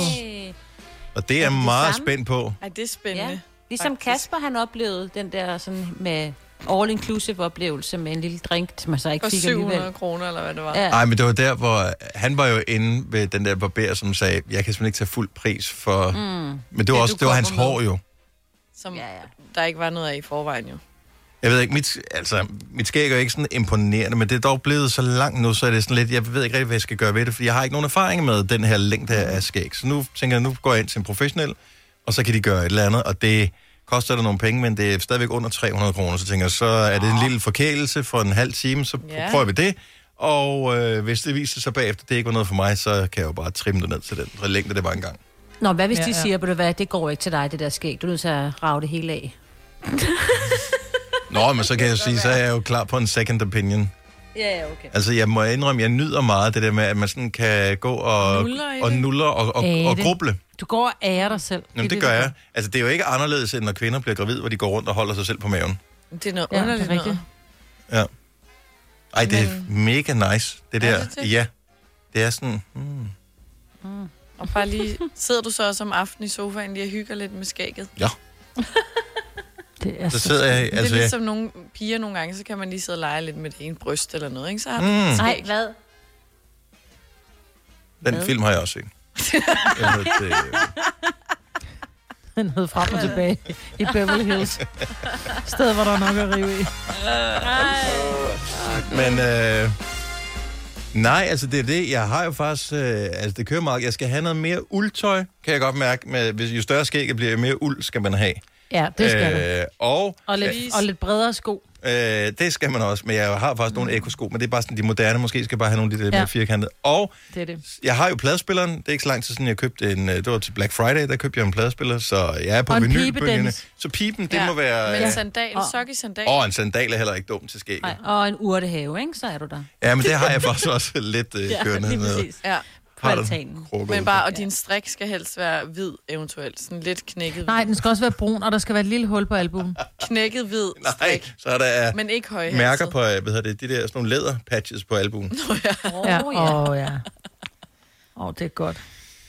Og det er jeg det meget samme? spændt på. Ej, det er Ja. spændende. Ligesom Faktisk. Kasper, han oplevede den der sådan med all-inclusive oplevelse med en lille drink, som man så ikke For fik alligevel. 700 kroner, eller hvad det var. Ja. Nej, men det var der, hvor han var jo inde ved den der barber, som sagde, jeg kan simpelthen ikke tage fuld pris for... Mm. Men det var, Det, også, du det var hans kommer med. hår jo. Som Ja, ja. der ikke var noget af i forvejen, jo. Jeg ved ikke, mit, altså, mit skæg er ikke sådan imponerende, men det er dog blevet så langt nu, så er det sådan lidt, jeg ved ikke rigtig, hvad jeg skal gøre ved det, fordi jeg har ikke nogen erfaring med den her længde af skæg. Så nu tænker jeg, nu går jeg ind til en professionel, og så kan de gøre et eller andet, og det koster der nogle penge, men det er stadigvæk under 300 kroner. Så tænker jeg, så er det en lille forkælelse for en halv time, så Ja. prøver vi det. Og øh, hvis det viser sig bagefter, det ikke var noget for mig, så kan jeg jo bare trimme det ned til den længde, det var engang. Nå, hvad hvis Ja, ja, de ja. siger, ja. hvad, det går ikke til dig, det der skæg. Du er nødt til at rave det hele af. Nå, men så kan jeg sige, så er jeg jo klar på en second opinion. Ja, ja, okay. Altså, jeg må indrømme, jeg nyder meget det der med, at man sådan kan gå og Nuller i og, det. nuller og, og, og Ade. gruble. Du går og ærer dig selv. Jamen, det gør jeg. Altså, det er jo ikke anderledes, end når kvinder bliver gravid, hvor de går rundt og holder sig selv på maven. Det er noget Ja, det underligt er rigtigt. noget. Ja. Ej, det er mega nice, det der. Er det det? Ja. Det er sådan... Mm. Og bare lige, sidder du så også om aftenen i sofaen lige og hygger lidt med skægget? Ja. Det er Så sidder jeg... Altså, Altså, det er jeg, ligesom nogle piger nogle gange, så kan man lige sidde og lege lidt med det ene bryst eller noget, ikke? Så har Mm. mm. Nej, skæg. hvad? den film har jeg også set. Jeg ved det, øh, Den hed frem og tilbage i Beverly Hills. Sted, hvor der er nok at rive i. Men øh, nej, altså det er det. Jeg har jo faktisk, øh, altså det kører meget. Jeg skal have noget mere uldtøj, kan jeg godt mærke. Med, hvis, jo større skæg bliver, jo mere uld skal man have. Ja, det skal øh, du. øh, Og Og lidt, og lidt bredere sko. øh, det skal man også. Men jeg har faktisk nogle ekosko, men det er bare sådan de moderne. Måske skal jeg bare have nogle af de der Ja. ja. mere firkantede. Og Det er det. jeg har jo pladespilleren. Det er ikke så lang tid siden, jeg købte en... øh, Det var til Black Friday, der købte jeg en pladespiller, så jeg er på Og en pibe, vinylbølgerne. Dennis. Så pipen, det Ja, må være... Men øh, sandal, Og- sok i sandal. Og en sandal er heller ikke dum til skægget. Nej, og en urtehave, ikke? Så er du der. Ja, men det har jeg faktisk også lidt øh, kørende lige med. præcis. Ja. På Har du altanen. krukke ud? Men bare, og din strik skal helst være hvid eventuelt. Sådan lidt knækket hvid. Nej, den skal også være brun, og der skal være et lille hul på albuen. Knækket hvid Nej, strik. så er der Men ikke højhalset. mærker på, øh, hvad hedder det, de der sådan nogle læder patches på albuen. Åh, Ja, ja. åh oh, ja. Åh, oh, det er godt.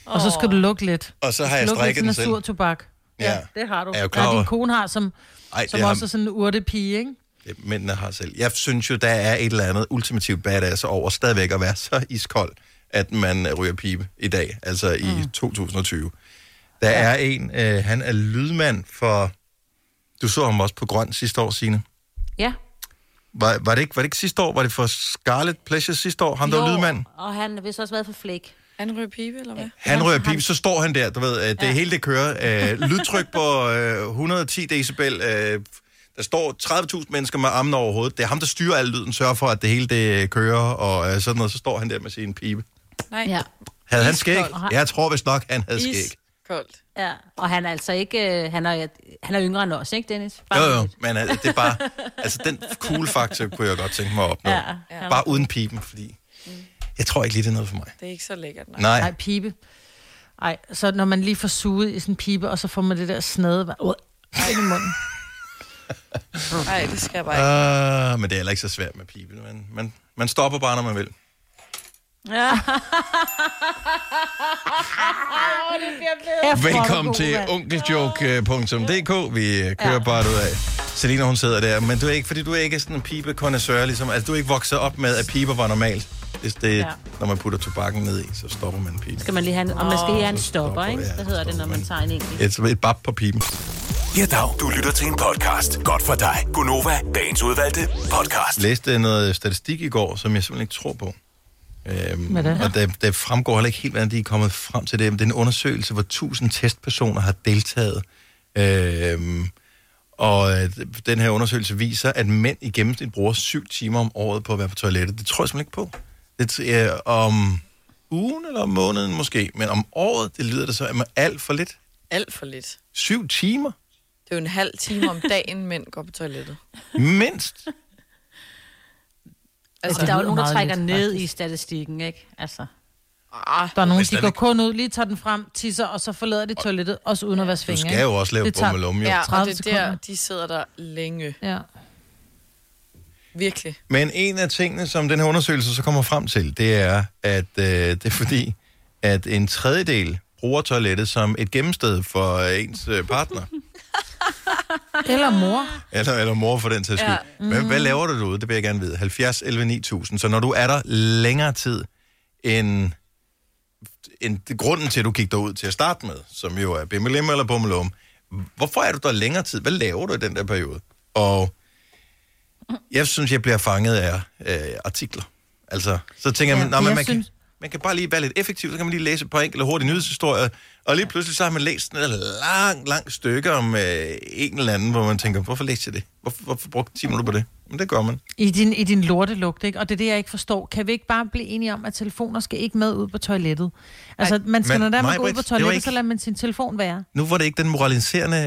Og så skal du lukke lidt. Og så har jeg Lukke lidt strikket sådan den en selv. sur tobak. Ja. det har du. Er jeg jo klar ja, over- din kone har, som, Ej, som det har, også er sådan en urtepige, ikke? det- mændene har selv. Jeg synes jo, der er et eller andet ultimativt badass over stadigvæk at være så iskold, at man øh, ryger pibe i dag, altså i Mm. 2020. Der er en, øh, han er lydmand for... Du så ham også på Grøn sidste år, Signe. ja. Var, var, det ikke, var det ikke sidste år? Var det for Scarlet Pleasure sidste år? Han der var Jo, lydmand? Og han har vist også været for flæk. Han ryger pibe, eller hvad? Han Ja, rører han- pip, så står han der, du ved, øh, det ja. hele det kører. Øh, lydtryk på øh, 110 decibel. Øh, der står 30.000 mennesker med armene over hovedet. Det er ham, der styrer al lyden, sørger for, at det hele det øh, kører, og øh, sådan noget. Så står han der med sin pibe. Nej. Ja. Havde han skæg? Iskold. Jeg tror vist nok, han havde skæg. Iskoldt. ja. Og han er altså ikke... øh, Han er, han er yngre end os, ikke, Dennis? Jo, jo, lidt. men øh, det er bare... Altså, den cool faktor kunne jeg godt tænke mig at opnå. Ja, Ja. Bare uden pipen, fordi... Jeg tror ikke lige, det er noget for mig. Det er ikke så lækkert, nej. Nej. Nej, pibe. Ej, så når man lige får suget i sådan en pibe, og så får man det der snade uh, ind i munden. Nej, det skal jeg bare ikke. Uh, men det er heller ikke så svært med pibe. Man, man, man stopper bare, når man vil. Kæft, hvor er du Velkommen god, til mand. onkeljoke.dk. Vi øh, kører ja. bare ud af. Selina, hun sidder der, men du er ikke, fordi du er ikke sådan en pibekonnoisseur, ligesom, altså du er ikke vokset op med, at piber var normalt. Hvis det, ja. når man putter tobakken ned i, så stopper man piben. Skal man lige have en, og man skal lige have en stopper, ikke? ja, Hvad hedder det, når man tager en enkelt? Et, et bab på piben. Ja, dag. Du lytter til en podcast. Godt for dig. Gunova, dagens udvalgte podcast. Læste noget statistik i går, som jeg simpelthen ikke tror på. Øhm, Hvad er det? og det, det fremgår heller ikke helt, hvordan de er kommet frem til det. Men det er en undersøgelse, hvor 1000 testpersoner har deltaget. Øhm, og øh, den her undersøgelse viser, at mænd i gennemsnit bruger 7 timer om året på at være på toilettet. Det tror jeg simpelthen ikke på. Det er øh, om ugen eller om måneden måske, men om året, det lyder det så at alt for lidt. Alt for lidt. 7 timer? Det er jo en halv time om dagen, mænd går på toilettet. Mindst. Altså, det der er jo lyder nogen, der meget trækker lidt, ned i statistikken, ikke? Altså, Ah, Der er nogen, Hvis de den går ikke- kun ud, lige tager den frem, tisser, og så forlader de toilettet, også uden at være Du svinge. skal jo også lave Det tager- bummelum, jo. ja, og 30 det er der, sekunder. de sidder der længe. Ja. Virkelig. Men en af tingene, som den her undersøgelse så kommer frem til, det er, at øh, det er fordi, at en tredjedel bruger toilettet som et gemmested for øh, ens øh, partner. Eller mor. eller, eller mor for den til skyld. Ja. Ja. Hvad, hvad laver du derude? Det vil jeg gerne vide. 70, 11, 9000. Så når du er der længere tid end, end det- grunden til, at du gik derud til at starte med, som jo er bimmelim eller bummelum, hvorfor er du der længere tid? Hvad laver du i den der periode? Og jeg synes, jeg bliver fanget af øh, artikler. Altså, så tænker Ja, jeg, ja, man, jeg man, kan, synes- man kan bare lige være lidt effektiv, så kan man lige læse et par enkelte hurtige nyhedshistorier, og lige pludselig så har man læst sådan et langt, langt stykke om øh, en eller anden, hvor man tænker, hvorfor læste jeg det? Hvorfor, hvorfor brugte 10 minutter på det? Men det gør man. I din, i din lortelugt, ikke? Og det er det, jeg ikke forstår. Kan vi ikke bare blive enige om, at telefoner skal ikke med ud på toilettet? Altså, Ej, man skal, Men når der man går ud Maj-Brit, det på var toilettet, ikke... ikke- så lader man sin telefon være. Nu var det ikke den moraliserende øh,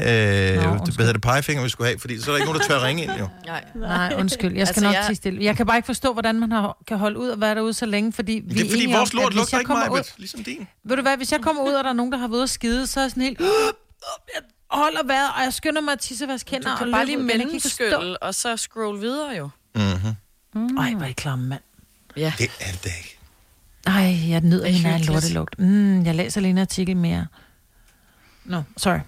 Nå, Nå, undskyld. det, hedder det pegefinger, vi skulle have, fordi så er der ikke nogen, der tør ringe ind, jo. Nej. Nej, undskyld. Jeg skal Altså, altså, nok jeg- jeg... stille. Jeg kan bare ikke forstå, hvordan man har, kan holde ud og være derude så længe, fordi vi Det er fordi enige vores om, lort at hvis lugter jeg ikke kommer meget, ud, ligesom din. Ved du hvad, hvis jeg kommer ud, og der er nogen, der har været ude og skide, så er jeg sådan helt... Jeg holder vejret, og jeg skynder mig at tissevask Du hænder. kan og bare løbe lige ud, men jeg kan ikke forstå- mellemskylle, og så scroll videre jo. Mm. Ej, hvor er I klamme, mand. Ja. Mhm. Det er det ikke. Ej, jeg nyder er hende af en hyggeligt. lortelugt. Mm, jeg læser lige en artikel mere. Nå, no, sorry.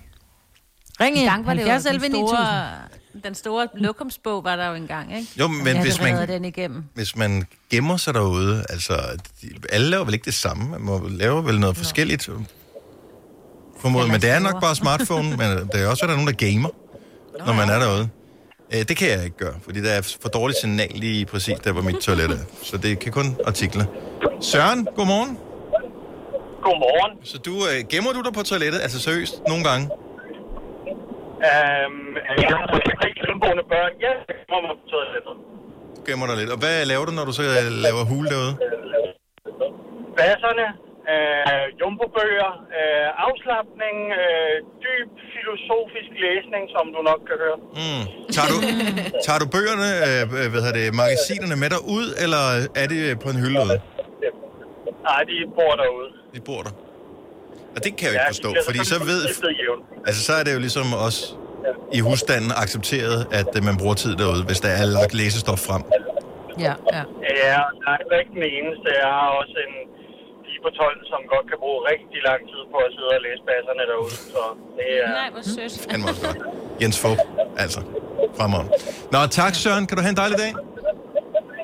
Ring En ind. gang var det jo 70 den 11 9000. store, den store lokumsbog var der jo engang, ikke? Jo, men ja, hvis man... man, den igennem. hvis man gemmer sig derude, altså, de, alle laver vel ikke det samme? Man må lave vel noget forskelligt, øh, formodet. Men det er nok store. bare smartphone, men øh, der er også er der nogen, der gamer, når man er derude. Øh, det kan jeg ikke gøre, fordi der er for dårligt signal lige præcis der, hvor mit toilet er. Så det kan kun artikler. Søren, godmorgen. Godmorgen. Så du, øh, gemmer du dig på toilettet? Altså seriøst, nogle gange? Øhm, jeg har tre hjemmegående børn. Ja, jeg kommer mig på toilettet. Du gemmer dig lidt. Og hvad laver du, når du så øh, laver hul derude? Basserne, øh, jumbobøger, øh, afslappning, øh, dyb filosofisk læsning, som du nok kan høre. Mm. Tager, du, tager du bøgerne, øh, øh, hvad hedder det, magasinerne med dig ud, eller er det øh, på en hylde ude? Nej, de bor derude. De bor der. Og det kan jeg jo ikke forstå, bliver fordi så ved... skiftet jævnt. Altså, så er det jo ligesom os i husstanden accepteret, at øh, man bruger tid derude, hvis der er lagt læsestof frem. Ja, ja. Ja, nej, det er ikke den eneste. Jeg har også en pige på 12, som godt kan bruge rigtig lang tid på at sidde og læse basserne derude. Så det er... Nej, hvor sødt. Mm. Han var også godt. Jens Fogh, altså. Fremragende. Nå, tak Søren. Kan du have en dejlig dag?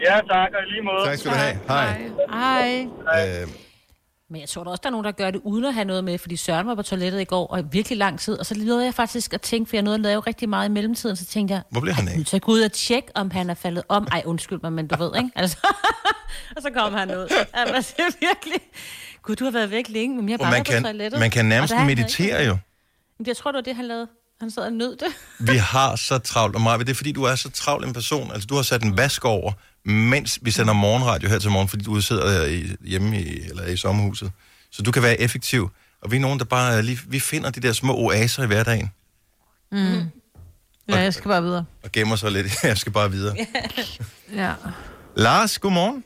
Ja, tak, og i lige måde. Tak skal du have. Hej. Ej. Øh, Men jeg tror da også, der er nogen, der gør det uden at have noget med, fordi Søren var på toilettet i går, og i virkelig lang tid, og så leder jeg faktisk at tænke, for jeg nåede at lave rigtig meget i mellemtiden, så tænkte jeg, Hvor blev han af? nu tager jeg gå ud og tjekke, om han er faldet om. Ej, undskyld mig, men du ved, ikke? Altså, og så kom han ud. Jamen, altså, det er virkelig... Gud, du har været væk længe, men jeg og bare man på kan, toilettet. man kan Og nærmest der er han meditere jo. ikke. Jeg tror, det var det, han lavede. Han sad og nød det. Vi har så travlt, og Maja, det er fordi, du er så travl en person. Altså, du har sat en vask over, mens vi sender morgenradio her til morgen, fordi du sidder øh, i, hjemme i, eller i sommerhuset. Så du kan være effektiv. Og vi er nogen, der bare øh, lige, vi finder de der små oaser i hverdagen Mm. Ja, jeg skal bare videre. og gemmer sig lidt. Jeg skal bare videre. Ja. Lars, godmorgen.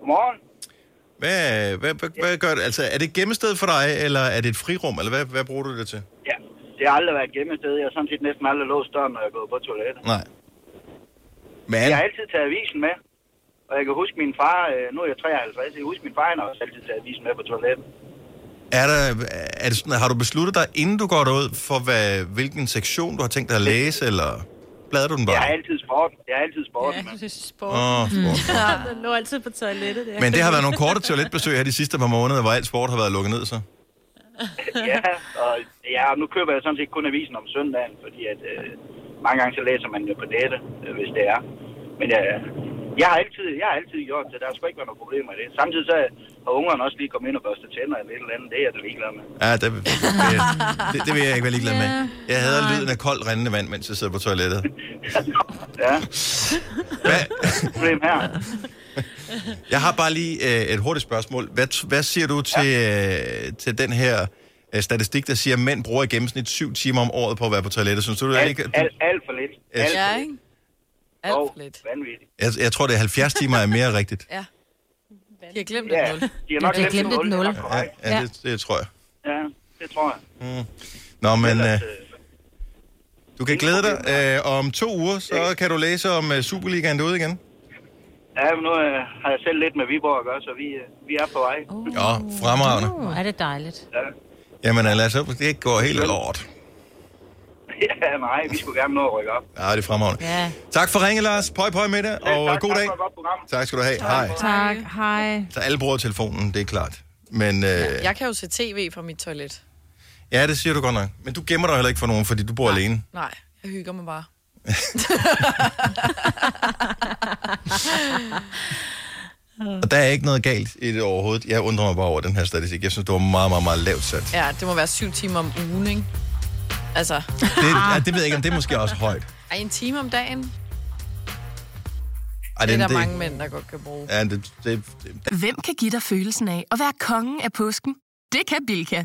Godmorgen. Hvad, hvad, hvad, hvad gør det? Altså, er det et gemmested for dig, eller er det et frirum, eller hvad, hvad bruger du det til? Ja, det har aldrig været et gemmested. Jeg har sådan set næsten aldrig låst døren, når jeg er gået på toilettet. Nej. Men, Jeg har altid taget avisen med. Og jeg kan huske min far, øh, nu er jeg 53, jeg kan huske min far, han har også altid taget avisen med på toilettet. er der, er det sådan, har du besluttet dig, inden du går derud, for hvad, hvilken sektion du har tænkt dig at læse, eller bladrer du den bare? Jeg har altid sport. Jeg har altid sport med. det er sport. Mm. Åh, sport. Ja, den lå altid på toilettet. Ja. Men det har været nogle korte toiletbesøg her de sidste par måneder, hvor alt sport har været lukket ned, så. Ja, og ja, og nu køber jeg sådan set kun avisen om søndagen, fordi at øh, mange gange så læser man jo på nettet, øh, hvis det er. Men jeg, jeg, har altid, jeg har altid gjort det. Der skal ikke være nogen problemer i det. Samtidig så har ungerne også lige kommet ind og børstet tænder eller et eller andet. Det er jeg da ligeglad med. Ja, det, det, det, det vil jeg ikke være ligeglad med. Jeg hader lyden af koldt rendende vand, mens jeg sidder på toilettet. Ja, Hvad, problem her. jeg har bare lige øh, et hurtigt spørgsmål. Hvad, hvad siger du til, øh, til den her øh, statistik, der siger, at mænd bruger i gennemsnit syv timer om året på at være på toilettet? Synes du, det er Alt, ikke... Du, alt, alt for lidt. Ja. Alt for Ja, lidt. ikke? Alt Og for lidt. vanvittigt. jeg, jeg tror, det er 70 timer er mere rigtigt. De har glemt Ja, et nul. de har nok de har glemt et nul. Det er nok Ja, korrekt. ja det, det tror jeg. Mm. Ja, det tror jeg. Nå, men øh, Ellers, øh, du kan glæde dig. Øh, om to uger, så kan du læse om øh, Superligaen derude igen. Ja, men nu øh, har jeg selv lidt med Viborg at gøre, så vi, øh, vi er på vej. Ja, fremragende. Er det dejligt. Jamen, øh, lad os håbe, det går helt lort. ja, nej, vi skulle gerne nå at rykke op. Ja, det er fremragende. Ja. Tak for ringe, Lars. Pøj, pøj med det, og øh, tak, god tak dag. for et godt program. Tak skal du have. Hej. Tak. Hej. Så alle bruger telefonen, det er klart. Men øh, Jeg kan jo se tv fra mit toilet. ja, det siger du godt nok. Men du gemmer dig heller ikke for nogen, fordi du bor alene. Nej, jeg hygger mig bare. Og der er ikke noget galt i det overhovedet. Jeg undrer mig bare over den her statistik. Jeg synes, det var meget, meget, meget lavt sat. Ja, det må være syv timer om ugen, ikke? Altså, Det, ja, det ved jeg ikke, om det er måske også højt. ej, en time om dagen? Ej, det er den- der mange mænd, der godt kan bruge. Ja, det, det, det, Hvem kan give dig følelsen af at være kongen af påsken? Det kan Bilka.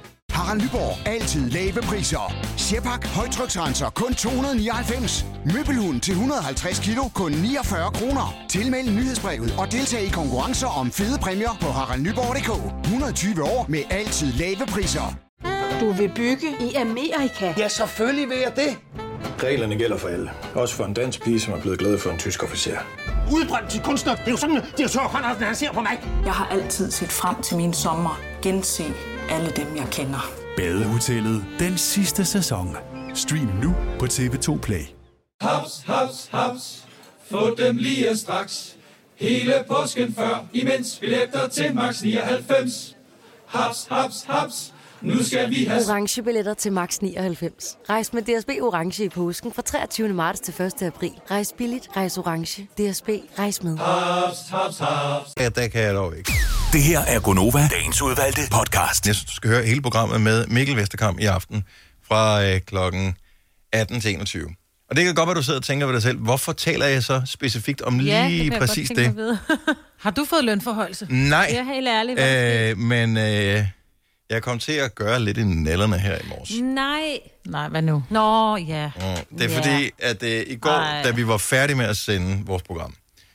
Harald Nyborg. Altid lave priser. Sjehpak. Højtryksrenser. Kun 299. Møbelhund til 150 kilo. Kun 49 kroner. Tilmeld nyhedsbrevet og deltag i konkurrencer om fede præmier på haraldnyborg.dk. 120 år med altid lave priser. Du vil bygge i Amerika? Ja, selvfølgelig vil jeg det. Reglerne gælder for alle. Også for en dansk pige, som er blevet glad for en tysk officer. Udbrøndt til kunstner. Det er jo sådan, at de har tørt, han ser på mig. Jeg har altid set frem til min sommer. Gense alle dem, jeg kender. Badehotellet den sidste sæson. Stream nu på TV2 Play. Haps, haps, haps. Få dem lige straks. Hele påsken før, imens billetter til max 99. Haps, haps, haps. Nu skal vi have... orange billetter til max 99. Rejs med DSB orange i påsken fra 23. marts til 1. april. Rejs billigt, rejs orange. DSB rejs med. Haps, haps, haps. ja, der kan jeg dog ikke. Det her er Gonova, dagens udvalgte podcast. Jeg synes, du skal høre hele programmet med Mikkel Vesterkamp i aften fra øh, klokken 18 til 21. Og det kan godt være, du sidder og tænker ved dig selv, hvorfor taler jeg så specifikt om Ja, lige det præcis jeg godt det? tænke mig at vide. Har du fået lønforhøjelse? Nej. Jeg er helt ærlig. Øh, men øh, jeg kom til at gøre lidt i nallerne her i morges. Nej. Nej, hvad nu? Nå, ja. Mm. Det er Ja. fordi, at øh, i går, Ej. Ej. da vi var færdige med at sende vores program,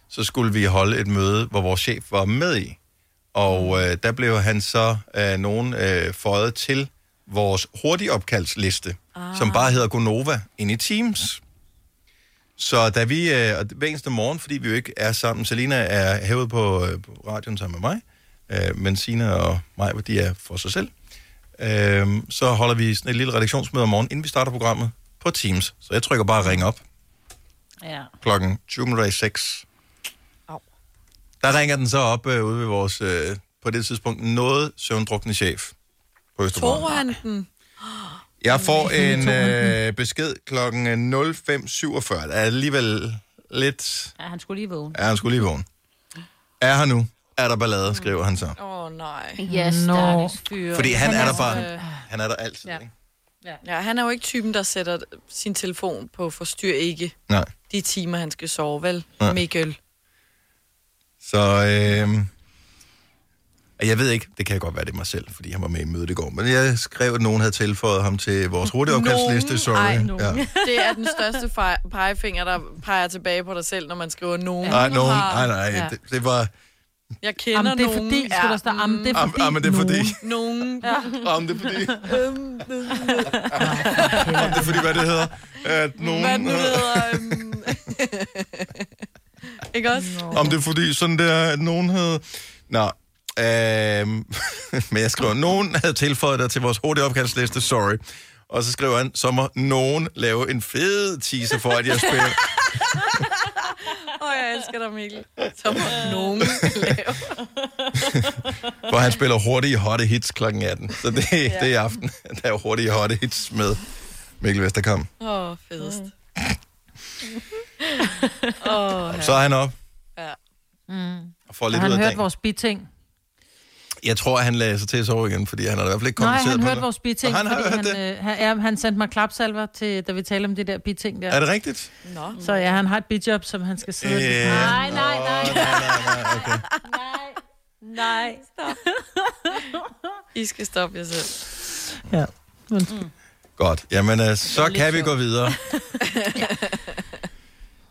så skulle vi holde et møde, hvor vores chef var med i. Mm. Og øh, der blev han så øh, nogen øh, føjet til vores hurtigopkaldsliste, ah. som bare hedder Gonova, ind i Teams. Så da vi, øh, og hver eneste morgen, fordi vi jo ikke er sammen, Selina er herude på, øh, på radioen sammen med mig, øh, men Sina og mig, de er for sig selv, øh, så holder vi sådan et lille redaktionsmøde om morgenen, inden vi starter programmet på Teams. Så jeg trykker bare ring op Ja. klokken 20 minutter i 6. Der ringer den så op øh, ude ved vores, øh, på det tidspunkt, noget søvndrukkende chef på Østerbro. Tror han den? Jeg får en øh, besked klokken øh, 05.47. Der er alligevel lidt... ja, han skulle lige vågne. Er han skulle lige vågen? Er her nu? Er der ballade, skriver han så. Åh, oh, nej. Ja, stakkels fyr. Fordi han, er der bare... Han er der altid. øh, Ja. Ja. ja, han er jo ikke typen, der sætter sin telefon på forstyr ikke. Nej. De timer, han skal sove, vel? Nej. Mikkel. Så øh, og jeg ved ikke, det kan godt være, det er mig selv, fordi han var med i mødet i går. Men jeg skrev, at nogen havde tilføjet ham til vores hurtigopkaldsliste. Sorry. Ej, ja. Det er den største fe- pegefinger, der peger tilbage på dig selv, når man skriver nogen. Nej, nogen. har- Nej, nej, Ja. det, det var... Jeg kender Jamen, det er nogen. fordi, skulle der stå, jamen, det er Am- fordi jamen, det er fordi. Nogen. Ja. Jamen, det er fordi. Øhm, Om det er fordi, hvad det hedder. At nogen, øh. Hvad nu hedder... øhm, Ikke også? Om det er fordi, sådan der, at nogen havde... Nå, øh, men jeg skriver, nogen havde tilføjet dig til vores hurtigopkaldsliste, sorry. Og så skriver han, så må nogen lave en fed teaser for, at jeg spiller. Åh, jeg elsker dig, Mikkel. Så Øh. må nogen lave. hvor han spiller hurtige hotte hits kl. 18. Så det, ja. det er i aften, der er hurtige hotte hits med Mikkel Vesterkamp. Åh, oh, fedest. Åh, Så er han op Ja. Mm. og får Har lidt han ud af hørt dagen. vores biting? Jeg tror, han lagde sig til at sove igen, fordi han har i hvert fald ikke Nej, kommenteret han på hørte det. vores biting, Og han har fordi hørt det. han, øh, han, ja, han sendte mig klapsalver, til, da vi talte om det der biting der. Er det rigtigt? Nå. Så ja, han har et bidjob, som han skal sidde... Øh, nej, nej, nej. Nej. Stop. I skal stoppe jer selv. Ja. Godt. Jamen, øh, så kan vi gå videre.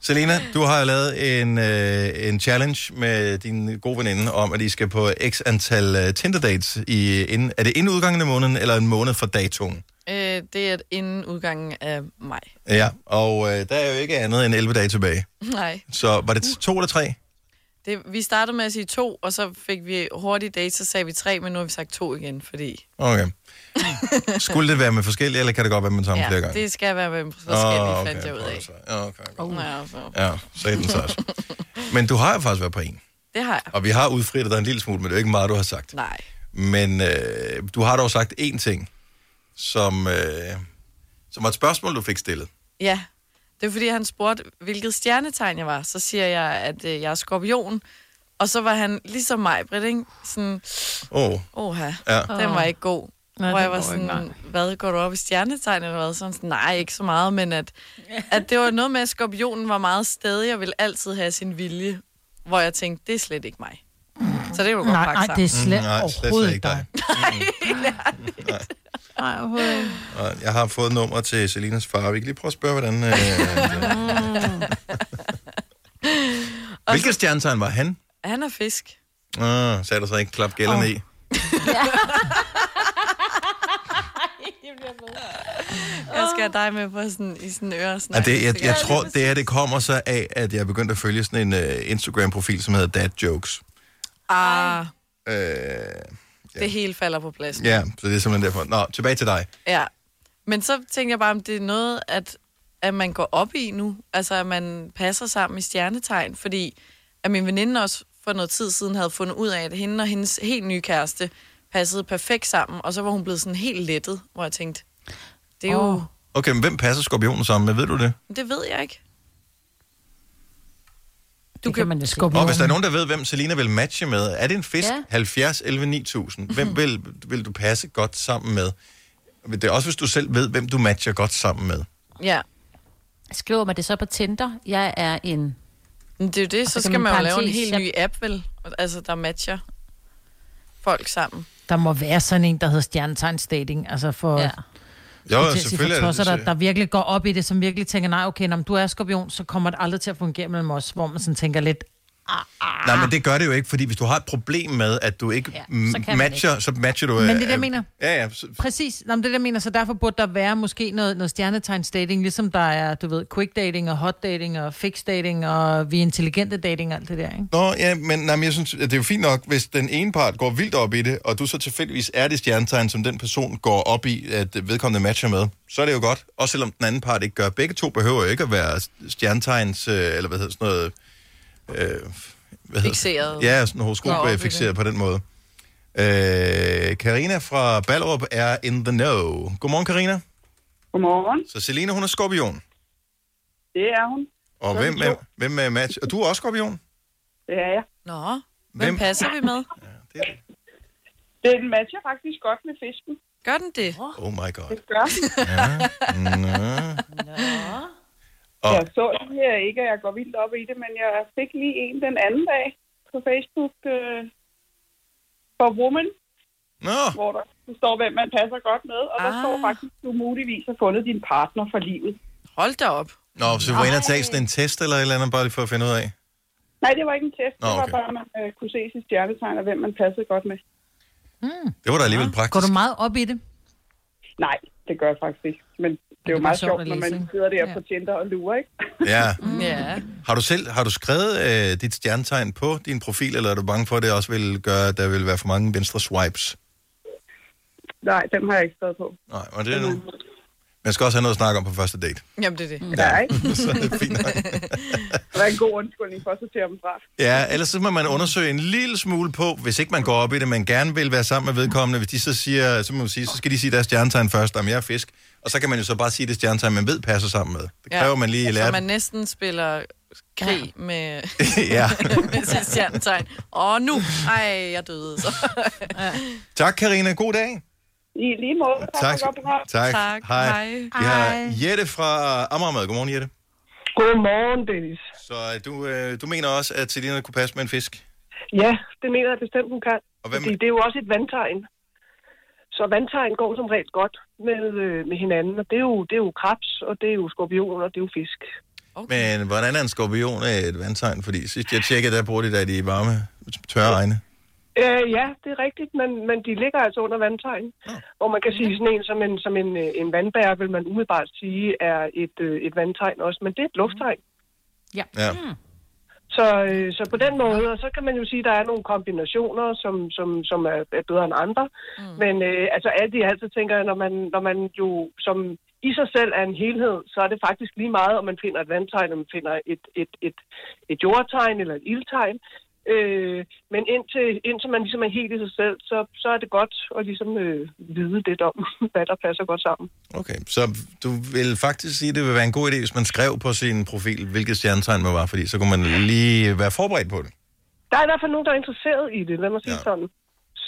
Selena, du har lavet en, øh, en challenge med din gode veninde om, at I skal på x antal øh, Tinder-dates. I, inden, er det inden udgangen af måneden, eller en måned fra datoen? Øh, det er inden udgangen af maj. Ja, og øh, der er jo ikke andet end 11 dage tilbage. Nej. Så var det to eller tre? Det, vi startede med at sige to, og så fik vi hurtigt date, så sagde vi tre, men nu har vi sagt to igen, fordi... Okay. Skulle det være med forskellige, eller kan det godt være med den samme ja, flere ja, gange? det skal være med forskellige, Åh, oh, okay, okay, fandt jeg ud af. Okay, okay. Ja, altså. Ja, så er den så også. Men du har jo faktisk været på en, Det har jeg. og vi har udfrittet dig en lille smule, men det er jo ikke meget, du har sagt. Nej. Men øh, du har dog sagt én ting, som, øh, som var et spørgsmål, du fik stillet. Ja. Det er fordi, han spurgte, hvilket stjernetegn jeg var. Så siger jeg, at øh, jeg er skorpion. Og så var han ligesom mig, Britt, ikke? Sådan, Åh. Oha, Ja. ja. den var ikke god. Nej, Nej, hvor den jeg var går ikke, sådan, hvad, går du op i stjernetegn eller hvad? Sådan, sådan, nej, ikke så meget, men at, at det var noget med, at skorpionen var meget stedig og ville altid have sin vilje. Hvor jeg tænkte, det er slet ikke mig. Så det er jo godt Nej, pakke nej, sammen. det er slet Mm, nej, slet, slet overhovedet ikke ikke dig. Mhm. Nej, overhovedet ikke. Og jeg har fået nummer til Selinas far. Vi kan lige prøve at spørge, hvordan... Øh, hvilket stjernetegn var han? Han er fisk. Ah, sagde du så ikke klap gælderne oh. i. Jeg skal have dig med på sådan, i sådan en øre. Ja, det, jeg, jeg tror, det her det kommer så af, at jeg begyndte at følge sådan en uh, Instagram-profil, som hedder Dad Jokes. Ah, Uh, det hele falder på plads. nu. ja, så det er simpelthen derfor. Nå, tilbage til dig. Ja. Men så tænker jeg bare, om det er noget, at, at man går op i nu. Altså, at man passer sammen i stjernetegn. Fordi at min veninde også for noget tid siden havde fundet ud af, at hende og hendes helt nye kæreste passede perfekt sammen. Og så var hun blevet sådan helt lettet, hvor jeg tænkte, det er jo... Oh. Okay, men hvem passer skorpionen sammen med? Ved du det? Det ved jeg ikke. Du kan, man jo skubbe Og hvis der er nogen, der ved, hvem Selina vil matche med, er det en fisk? Ja. Ja. Mhm. 70, 11, 9000. Hvem vil, vil du passe godt sammen med? Det er også, hvis du selv ved, hvem du matcher godt sammen med. Ja. Skriver man det så på Tinder? Jeg er en... Altså, Det er jo det, så, skal man jo lave en helt ny app, vel? Altså, der matcher folk sammen. Der må være sådan en, der hedder stjernetegns dating, altså for... Ja. Jo, jo, selvfølgelig selvfølgelig er for det tosser, det, der, der virkelig går op i det, som virkelig tænker, nej, okay, når du er skorpion, så kommer det aldrig til at fungere mellem os, hvor man sådan tænker lidt, Nej, men det gør det jo ikke, fordi hvis du har et problem med, at du ikke Ah. Ja, så m- kan man matcher, ikke. så matcher du... Men det er øh, det, jeg mener. Ja, ja. Så, Præcis, Nå, men det er det, jeg mener, så derfor burde der være måske noget, noget stjernetegns dating, ligesom der er, du ved, quick dating og hot dating og fix dating og vi er intelligente dating og alt det der, ikke? Nå, ja, men, nej, men jeg synes, at det er jo fint nok, hvis den ene part går vildt op i det, og du så tilfældigvis er det stjernetegn, som den person går op i, at vedkommende matcher med, så er det jo godt. Også selvom den anden part ikke gør. Begge to behøver jo ikke at være stjernetegns, øh, eller hvad hedder sådan noget... Øh, hvad hedder- Fixeret. Ja, sådan Går op i horoskop det. fixeret på den måde. Øh, Karina fra Ballerup er in the know. Godmorgen, Karina. Godmorgen. Så Selina, hun er skorpion. Det er hun. Og hvem er, hvem er match? Og du er også skorpion? Det er jeg. Nå, hvem, hvem passer vi med? Den matcher faktisk godt med fisken. Gør den det? Oh my god. Det gør den. Nå. Og- Jeg så det her ikke, at jeg går vildt op i det, men jeg fik lige en den anden dag på Facebook øh, for Woman, Nå. hvor der står, hvem man passer godt med, og der Ah. står faktisk, du muligvis har fundet din partner for livet. Hold da op. Nå, så du var inde og tage sådan en test eller et eller andet, bare lige for at finde ud af. Nej, det var ikke en test. Nå, Det var okay. bare, at man øh, kunne se sit stjernetegn og hvem man passede godt med. Det var da alligevel Går praktisk. du meget op i det? Nej, det gør jeg faktisk ikke. Men det er Det jo er meget sjovt sjovt, at når læse, man ikke? sidder der Ja. Mm. på Tinder og lurer, ikke? Ja. Ja. Har du selv har du skrevet øh, dit stjernetegn på din profil, eller er du bange for, at det også vil gøre, at der vil være for mange venstre swipes? Nej, dem har jeg ikke skrevet på. Nej, men det er nu. Man skal også have noget at snakke om på første date. Jamen, det er det. Ja, ikke? så er det fint nok. Det var en god undskyldning for at sortere dem fra. Ja, ellers så må man undersøge en lille smule på, hvis ikke man går op i det, man gerne vil være sammen med vedkommende. Hvis de så siger, så, må man sige, så skal de sige deres stjernetegn først, om jeg er fisk. Og så kan man jo så bare sige det stjernetegn, man ved passer sammen med. Det kræver man lige at lære Så Altså, man næsten spiller krig ja. med, Ja. med sit stjernetegn. Og nu, ej, jeg døde så. Tak, Karina. God dag. I lige måde. Tak. for godt program. Tak. Hej. Vi har Hej. Jette fra Amagermad. Godmorgen, Jette. Godmorgen, Dennis. Så øh, du, øh, du mener også, at Selina kunne passe med en fisk? Ja, det mener jeg bestemt, hun kan. Og hvem- Fordi det er jo også et vandtegn. Så vandtegn går som regel godt med, øh, med hinanden, og det er, jo, det er jo krebs, og det er jo skorpion, og det er jo fisk. Okay. Men hvordan er en skorpion af et vandtegn? Fordi sidst jeg tjekkede, der brugte de da de varme, tørre egne. Øh, ja, det er rigtigt, men, men de ligger altså under vandtegn. Ja. Hvor man kan sige sådan en som en, som en, øh, en vandbær, vil man umiddelbart sige, er et, øh, et vandtegn også, men det er et lufttegn. Ja. Så, øh, så på den måde, og så kan man jo sige, at der er nogle kombinationer, som, som, som er, er bedre end andre. Mm. Men øh, altså alt i alt, så tænker jeg, når man, når man jo som i sig selv er en helhed, så er det faktisk lige meget, om man finder et vandtegn, om man finder et, et, et, et jordtegn eller et ildtegn. Øh, men indtil, indtil man ligesom er helt i sig selv, så, så er det godt at ligesom øh, vide lidt om, hvad der passer godt sammen. Okay, så du vil faktisk sige, at det vil være en god idé, hvis man skrev på sin profil, hvilket stjernetegn man var, fordi så kunne man lige være forberedt på det. Der er i hvert fald nogen, der er interesseret i det, lad mig sige ja. sådan.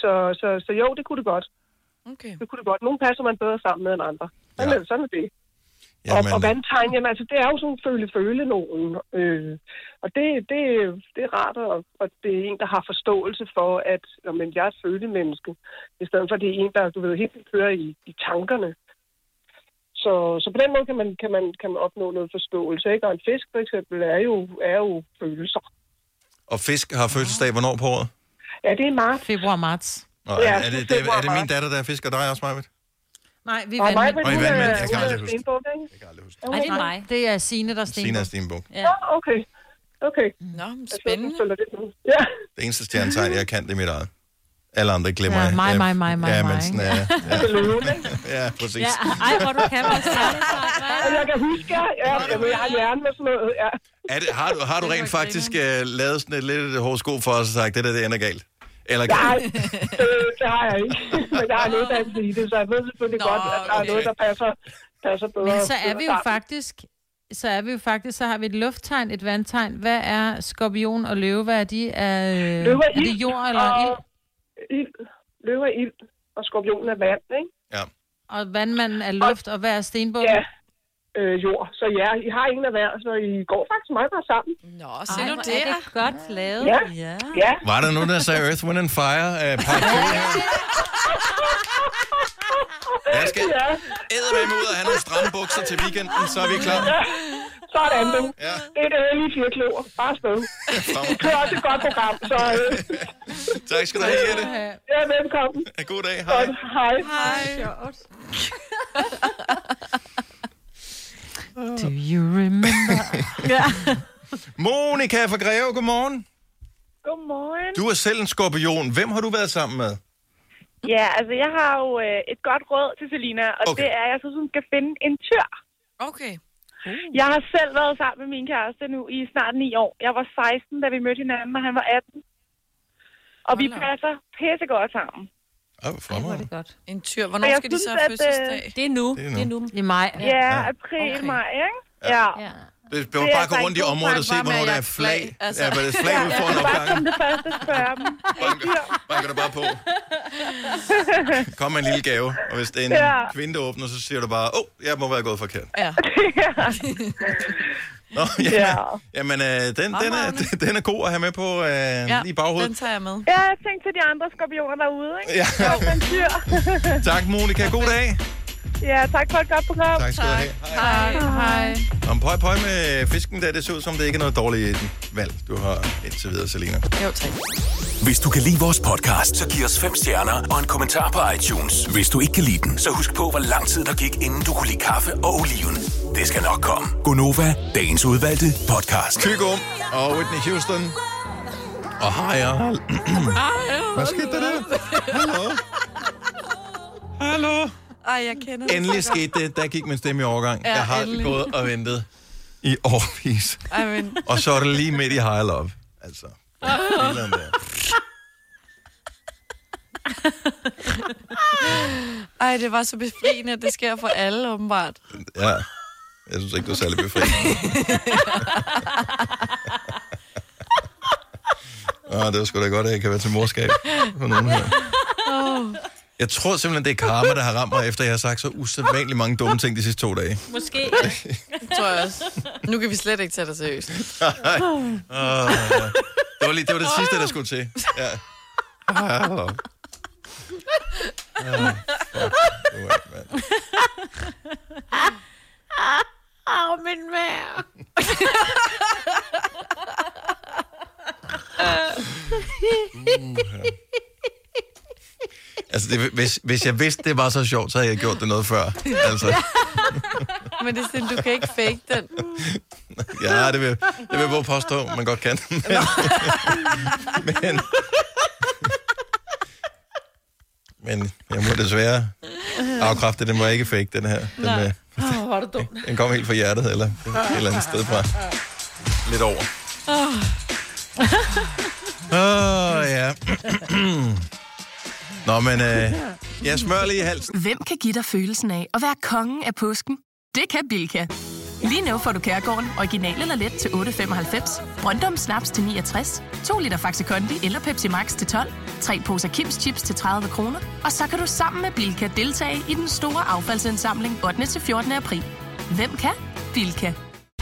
Så, så, så jo, det kunne det godt. Okay. Det kunne det godt. Nogle passer man bedre sammen med end andre. Sådan, ja. er, sådan er det. Og, Jamen. og vandtegn, jamen altså, det er jo sådan en føle-føle nogen. Øh, og det, det, det er rart, og, og det er en, der har forståelse for, at nå, men jeg er et følemenneske, i stedet for, at det er en, der, du ved, helt vildt kører i, i tankerne. Så, så på den måde kan man, kan man, kan man opnå noget forståelse, ikke? Og en fisk, for eksempel, er jo, er jo følelser. Og fisk har fødselsdag hvornår på året? Ja, det er marts. Februar-marts. Nå, Ja, er, er, det, det, er det min datter, der er fisk, og dig også, Majbet? Nej, vi er Og mig, men vandmænd. Og I hun er, vandmænd, jeg kan hun aldrig er huske. stenbog, ikke? Nej, det er mig. Det er Signe, der er stenbog. Sina Stenbog. Ja. okay. Okay. Nå, spændende. Ja. Det eneste stjernetegn, jeg kan, det er mit eget. Alle andre glemmer Ja, jeg. mig, Ja, mig, mig, mig, ja, mig, men sådan, ikke? ja, ja. ja, præcis. Ja, ej, hvor du kan være Og jeg kan huske, ja, ja, jamen, jeg har hjernen med sådan noget, ja. Er det, har, du, har du rent faktisk uh, lavet sådan et lidt et horoskop for os og sagt, det der, det ender galt? Eller Nej, galt? øh, det har jeg ikke. Men jeg har noget, der er i det, så jeg ved selvfølgelig Nå, godt, at der er okay. noget, der passer, passer bedre. Men så er vi jo bedre sammen. faktisk... Så er vi jo faktisk, så har vi et lufttegn, et vandtegn. Hvad er skorpion og løve? Hvad er de? Er, øh, Løver er det jord eller og, ild? ild? Løver er ild, og skorpionen er vand, ikke? Og vandmanden er luft, og hvad er stenbog? Ja. Øh, jord. Så ja, I har ingen af hver, så I går faktisk meget godt sammen. Nå, se nu der. Er det godt lavet? Ja. ja. Var der nogen, der sagde Earth, Wind and Fire? Uh, part two her? Jeg skal Ja. eddermame ud og have nogle stramme bukser til weekenden, så er vi klar. Ja. Sådan, du. Ja. Det er det ærlige firkløver. Bare sted. Det er også et godt program, så... Øh, Tak skal du have, Jette. ja, velkommen. God dag. Hej. Godt. Hej. Hej. Do you remember? ja. Monika fra Greve, godmorgen. Godmorgen. Du er selv en skorpion. Hvem har du været sammen med? Ja, altså jeg har jo øh, et godt råd til Selina, og Okay. okay. det er, at jeg synes, hun skal finde en tør. Okay. Uh. Jeg har selv været sammen med min kæreste nu i snart 9 år. Jeg var 16, da vi mødte hinanden, og han var 18. Og vi passer pissegodt sammen. Åh, oh, hvor det godt. En tyr. Hvornår Og jeg skal de så synes, have at, øh, fødselsdag? Det er nu. Det er nu. Det er nu. I maj. Ja, april, okay. maj, ikke? Ja. ja. Det Det var er bare at gå altså rundt i en god området og se, tanke, bare hvornår med der er at flag. flag, altså. Ja, hvad det er flag, vi får en opgang. Som det første spørger dem. Kom med en lille gave, og hvis det er en Ja. kvinde, der åbner, så siger du bare, åh, oh, jeg må være gået forkert. Ja. Nå, ja. Ja. Jamen, øh, den, den, er, den er god at have med på øh, ja, i baghovedet. den tager jeg med. Ja, jeg tænkte til de andre skorpioner derude, ikke? Ja. Jo, men dyr. Tak, Monika. God dag. ja, tak for et godt program. Tak skal du have. Hej. Hej. Om pøj, pøj med fisken, der det ser ud som, det ikke er noget dårligt valg, du har indtil videre, Selina. Jo, tak. Hvis du kan lide vores podcast, så giv os fem stjerner og en kommentar på iTunes. Hvis du ikke kan lide den, så husk på, hvor lang tid der gik, inden du kunne lide kaffe og oliven. Det skal nok komme. Gonova, dagens udvalgte podcast. Kygo og Whitney Houston. Og hej, og... Hvad skete der der? Hallo? Hallo? Ej, jeg kender det. Endelig skete det. Der gik min stemme i overgang. Ja, Jeg har endelig. gået og ventet i årvis. Ej, men... Og så er det lige midt i High Love. Altså, England der. Ej, det var så befriende, at det sker for alle, åbenbart. ja. Jeg synes ikke, det var særlig befriende. Åh, det var sgu da godt, at jeg kan være til morskab. For nogen her. Oh. Jeg tror simpelthen, det er karma, der har ramt mig, efter jeg har sagt så usædvanligt mange dumme ting de sidste to dage. Måske. Det tror jeg også. Nu kan vi slet ikke tage dig seriøst. Nej. Åh, ja. det, var lige, det var det sidste, der skulle til. Ja. Ah, hold op. Ah, fuck. Det var ikke, mand. Au, min mær. Altså, det, hvis, hvis jeg vidste, det var så sjovt, så havde jeg gjort det noget før. Altså, Men det er sådan, du kan ikke fake den. ja, det vil, det vil jeg våge påstå, man godt kan. Men, men, men jeg må desværre afkræfte, den var ikke fake, den her. Den, øh, Åh, hvor er du dum. Den kom helt fra hjertet, eller et eller andet sted fra. Lidt over. Åh. Åh, oh, ja. Nå, men øh, jeg smører lige i halsen. Hvem kan give dig følelsen af at være kongen af påsken? Det kan Bilka. Lige nu får du Kærgården original eller let til 8.95, Brøndum Snaps til 69, 2 liter Faxi Kondi eller Pepsi Max til 12, 3 poser Kims Chips til 30 kroner, og så kan du sammen med Bilka deltage i den store affaldsindsamling 8. til 14. april. Hvem kan? Bilka.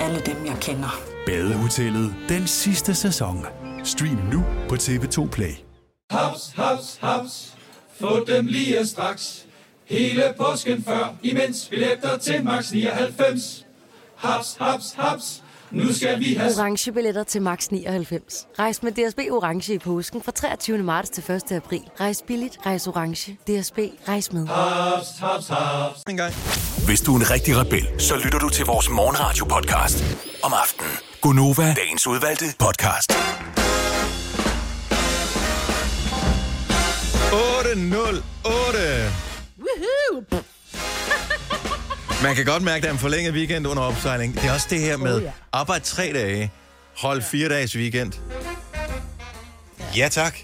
alle dem, jeg kender. Badehotellet den sidste sæson. Stream nu på TV2 Play. Haps, haps, haps. Få dem lige straks. Hele påsken før, imens billetter til max 99. Haps, haps, haps. Nu skal vi have... orange billetter til max 99. Rejs med DSB orange i påsken fra 23. marts til 1. april. Rejs billigt, rejs orange. DSB rejs med. Ah, Haps, haps, haps. En gang. Hvis du er en rigtig rebel, så lytter du til vores morgenradio-podcast om aftenen. Gunova, dagens udvalgte podcast. 808. Woohoo! Man kan godt mærke, at der er en forlænget weekend under opsejling. Det er også det her med Oh, ja. arbejde tre dage, hold fire dages weekend. Ja tak.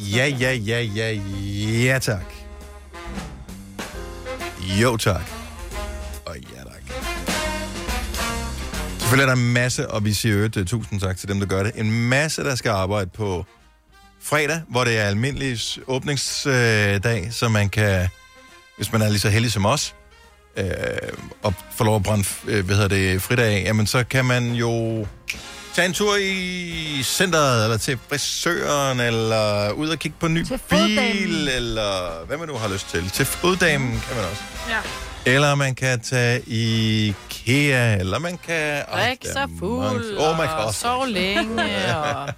Ja, ja, ja, ja, ja tak. Jo tak. Og ja tak. Selvfølgelig er der en masse, og vi siger i øvrigt øh, tusind tak til dem, der gør det. En masse, der skal arbejde på fredag, hvor det er almindelig s- åbningsdag, så man kan, hvis man er lige så heldig som os, øh, og får lov at brænde øh, hvad hedder det, fridag af, jamen så kan man jo tage en tur i centret, eller til frisøren, eller ud og kigge på en ny bil, eller hvad man nu har lyst til. Til foddamen kan man også. Ja. Eller man kan tage i IKEA, eller man kan... Ej, Drik der er sig fuld, mange- Oh Åh, man kan og også. sov længe, og...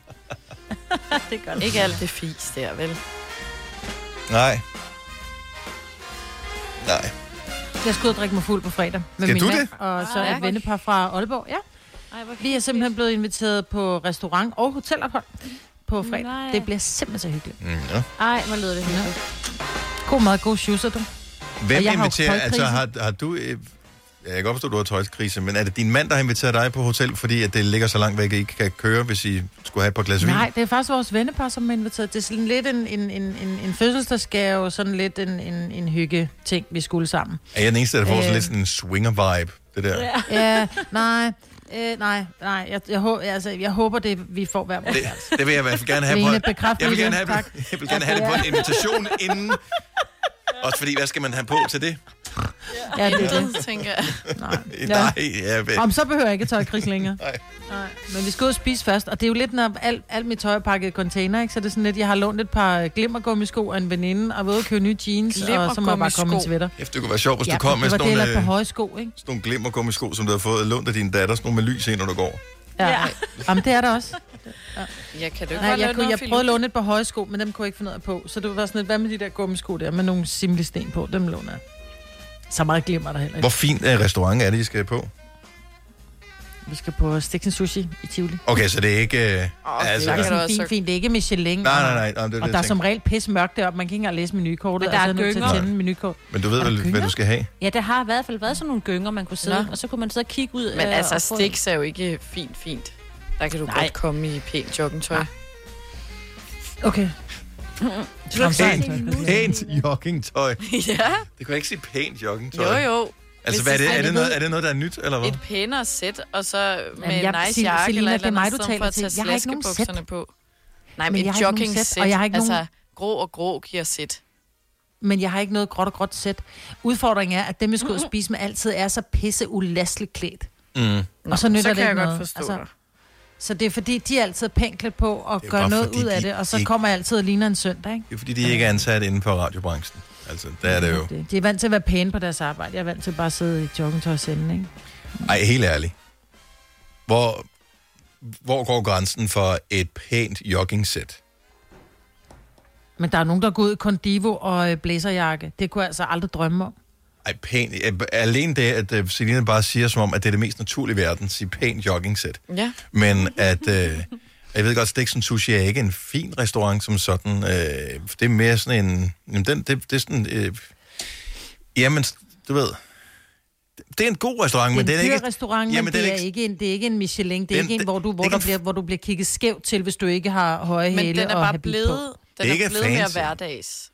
det er godt. Ikke alt det fis der, vel? Nej. Nej. Jeg skal ud og drikke mig fuld på fredag. Skal min du mand, det? Og så Ah, et vennepar fra Aalborg, ja. Vi er simpelthen blevet inviteret på restaurant og hotelophold på fredag. Nej. Det bliver simpelthen så hyggeligt. Mm, Ja. Ej, hvor lyder det hyggeligt. God mad, god shoes, du. Hvem Og jeg har jo inviterer... Altså, tøjkrise. har, har du... øh, Jeg kan godt forstå, at du har tøjskrise, men er det din mand, der har inviteret dig på hotel, fordi at det ligger så langt væk, at I ikke kan køre, hvis I skulle have et par glas vin? Nej, det er faktisk vores vennepar, som er inviteret. Det er sådan lidt en, en, en, en, en fødselsdagsgave, sådan lidt en, en, en hygge ting, vi skulle sammen. Er jeg den eneste, der får sådan Øh. lidt sådan en swinger-vibe? Det der. Ja, ja nej, øh, nej, nej. Jeg, jeg, håber, altså, jeg håber, det vi får hver Det, det vil jeg i hvert fald gerne have Lene, på. bekræft Jeg vil lige gerne det. have, Tak. jeg vil gerne have det på en invitation inden. Også fordi, hvad skal man have på til det? Ja, det er Intet, tænker jeg. Ja. Nej, ja, vel. Om så behøver jeg ikke tøj krig længere. Nej. Nej. Men vi skal ud og spise først, og det er jo lidt, når alt, alt mit tøj er pakket i container, ikke? så det er sådan lidt, jeg har lånt et par øh, glimmergummisko af en veninde, og ved at købe nye jeans, og så må jeg bare komme i en sweater. Efter, det kunne være sjovt, hvis Ja, du kom det med var sådan det, nogle, eller på øh, høje sko, ikke? sådan nogle glimmergummisko, som du har fået lånt af din datter, sådan nogle med lys ind, når du går. Ja. ja. Jamen, det er der også. Jeg kan det jo Nej, jeg, kunne, jeg prøvede låne... at låne et par høje sko, men dem kunne jeg ikke finde ud af på. Så det var sådan lidt, hvad med de der gummisko der, med nogle simlesten på, dem låner jeg. Så meget glimmer der heller ikke. Hvor fin øh, restaurant er det, I skal på? Vi skal på Stiksen Sushi i Tivoli. Okay, så det er ikke... Øh, Altså, det er sådan fint, fint. Det er ikke Michelin. Nej, nej, nej. Nå, men det er det, og jeg der er tænker. som regel pisse mørkt deroppe. Man kan ikke engang læse menukortet. Men der er altså, jeg nødt til at gynger. tænde menukort. Men du ved vel, hvad du skal have? Ja, der har i hvert fald været sådan nogle gynger, man kunne sidde, Nå. og så kunne man sidde og kigge ud. Men øh, altså, og få- Stix er jo ikke fint, fint. Der kan du Nej. godt komme i pænt joggingtøj. Okay. Pænt, pænt joggingtøj. ja. Det kunne jeg ikke sige pænt joggingtøj. Jo, jo. Altså, hvad Hvis er det- det? Er Ej, det, det noget, ved- er det noget, der er nyt, eller hvad? Et pænere sæt, og så med Jamen, Jamen, jeg- en nice Sil- jakke Selina, eller et det er eller andet, mig, du i stedet taler for at til. tage Jeg har ikke nogen slaskebukserne sæt. på. Nej, Men men, jeg et har ikke nogen jogging-sæt, sæt, og jeg har ikke altså nogen- grå og grå giver sæt. Men jeg har ikke noget gråt og gråt sæt. Udfordringen er, at dem, jeg skal ud og spise med, altid er så pisse ulastligt klædt. Mm. Og så nytter så kan det ikke jeg noget. Altså, godt forstå dig. så det er fordi, de er altid pænt klædt på og gør bare noget fordi, ud af de det, og så ikke- kommer jeg altid og ligner en søndag. Ikke? Det er fordi, de ikke er ansat inden for radiobranchen. Altså, der er det jo. De er vant til at være pæne på deres arbejde. Jeg er vant til bare at sidde i joggingtøj og sende, ikke? Ej, helt ærligt. Hvor, hvor går grænsen for et pænt jogging-sæt? Men der er nogen, der går ud i Condivo og øh, blæserjakke. Det kunne jeg altså aldrig drømme om. Ej, pæn. Alene det, at øh, Selina bare siger som om, at det er det mest naturlige i verden, sige pæn jogging-sæt. Ja. Men at... Øh, jeg ved godt, Stiksen Sushi er ikke en fin restaurant som sådan. Øh, det er mere sådan en... Jamen, den, det, det er sådan... Øh, jamen, du ved... Det er en god restaurant, men den det er er en dyr ikke... restaurant, men Jamen, det den er, ikke en, det er ikke en Michelin. Det er Den- ikke en, hvor du, hvor, der bliver, hvor du bliver kigget skævt til, hvis du ikke har høje Men hæle den er og bare habit blevet, på. den er Ikke blevet mere fancy. hverdags.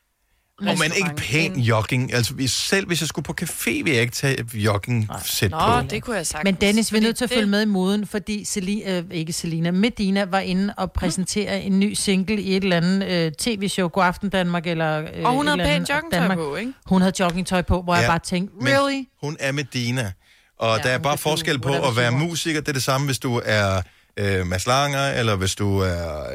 Og man ikke pæn jogging. Altså, hvis- selv hvis jeg skulle på café, ville jeg ikke tage jogging-sæt på. Nå, det kunne jeg sagtens. Men Dennis, vi er fordi nødt til at det- følge med i moden, fordi Selina, øh, ikke Selina, Medina var inde og præsentere en ny single i et eller andet øh, tv-show, God Aften Danmark, eller... Øh, Og hun et havde eller pænt andet, joggingtøj Danmark. på, ikke? Hun havde joggingtøj på, hvor ja. jeg bare tænkte, men really? Hun er Medina. Og ja, der er bare forskel på at være musiker. Det er det samme, hvis du er øh, Mads Langer, eller hvis du er... Øh,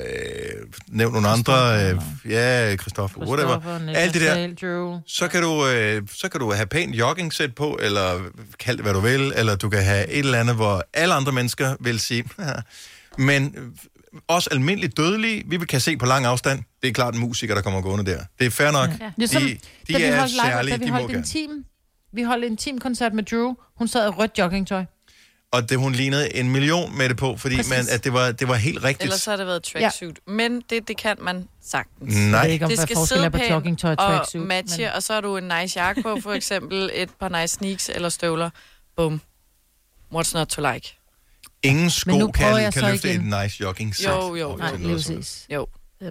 nævn nogle andre... Øh, ja, Christoffer, Christoffer, whatever. Niklas Alt det der. Dahl, Drew. Så kan, du, øh, så kan du have pænt joggingsæt på, eller kald det, hvad du vil, eller du kan have et eller andet, hvor alle andre mennesker vil sige... Men øh, også almindeligt dødelige, vi kan se på lang afstand, det er klart en musiker, der kommer gående der. Det er fair nok. Ja. De, Ligesom, de, da vi er holdt live, særlige, da vi de må holdt en gerne. team, vi holdt en teamkoncert med Drew, hun sad i rødt joggingtøj. Og det, hun lignede en million med det på, fordi Præcis. man, at det, var, det var helt rigtigt. Ellers så har det været tracksuit. Ja. Men det, det kan man sagtens. Nej. Jeg ved ikke, om det der er forskel er på pænt joggingtøj og tracksuit, og matche, men- men... og så har du en nice jakke på, for eksempel et par nice sneaks eller støvler. Bum. What's not to like? Ingen Men nu sko prøver kan, jeg kan så løfte igen. et nice jogging sæt. Jo, jo, Nej, lige præcis. Jo.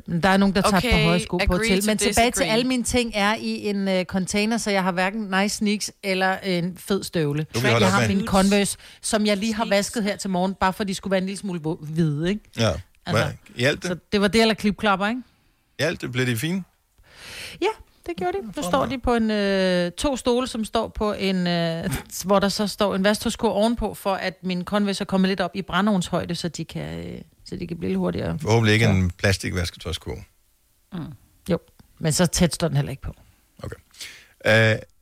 Men der er nogen, der tager okay, Okay, på høje sko på agree til. to Men tilbage til disagree. alle mine ting er i en uh, container, så jeg har hverken nice sneaks eller en fed støvle. vi holde Jeg op har med. min Converse, som jeg lige har vasket her til morgen, bare for de skulle være en lille smule vo- hvide, ikke? Ja. Altså, Altså, Hjalp det? Så det var det, eller klipklapper, ikke? Hjalp det? Blev det fint? Det gjorde de. Nu står de på en, øh, to stole, som står på en, øh, hvor der så står en vastusko ovenpå, for at min Converse er kommet lidt op i brændeovnshøjde, så de kan, øh, så de kan blive lidt hurtigere. Forhåbentlig ikke en plastikvasketøjsko. Mm. Jo, men så tæt står den heller ikke på. Uh,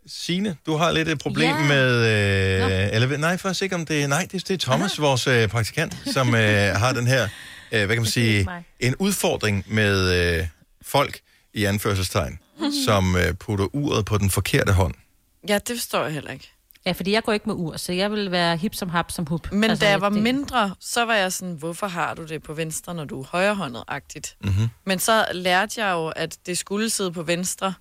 Signe, du har lidt et problem Ja. ja. med... Øh, eller, ved- nej, faktisk ikke om det... Nej, det, det er Thomas, Aha. vores øh, praktikant, som øh, har den her, øh, hvad kan man sige, en udfordring med øh, folk i anførselstegn, Mhm. som øh, putter uret på den forkerte hånd. Ja, det forstår jeg heller ikke. Ja, fordi jeg går ikke med ur, så jeg vil være hip som hap som hup. Men altså, da jeg var det- mindre, så var jeg sådan, hvorfor har du det på venstre, når du er højrehåndet-agtigt? Mhm. Men så lærte jeg jo, at det skulle sidde på venstre,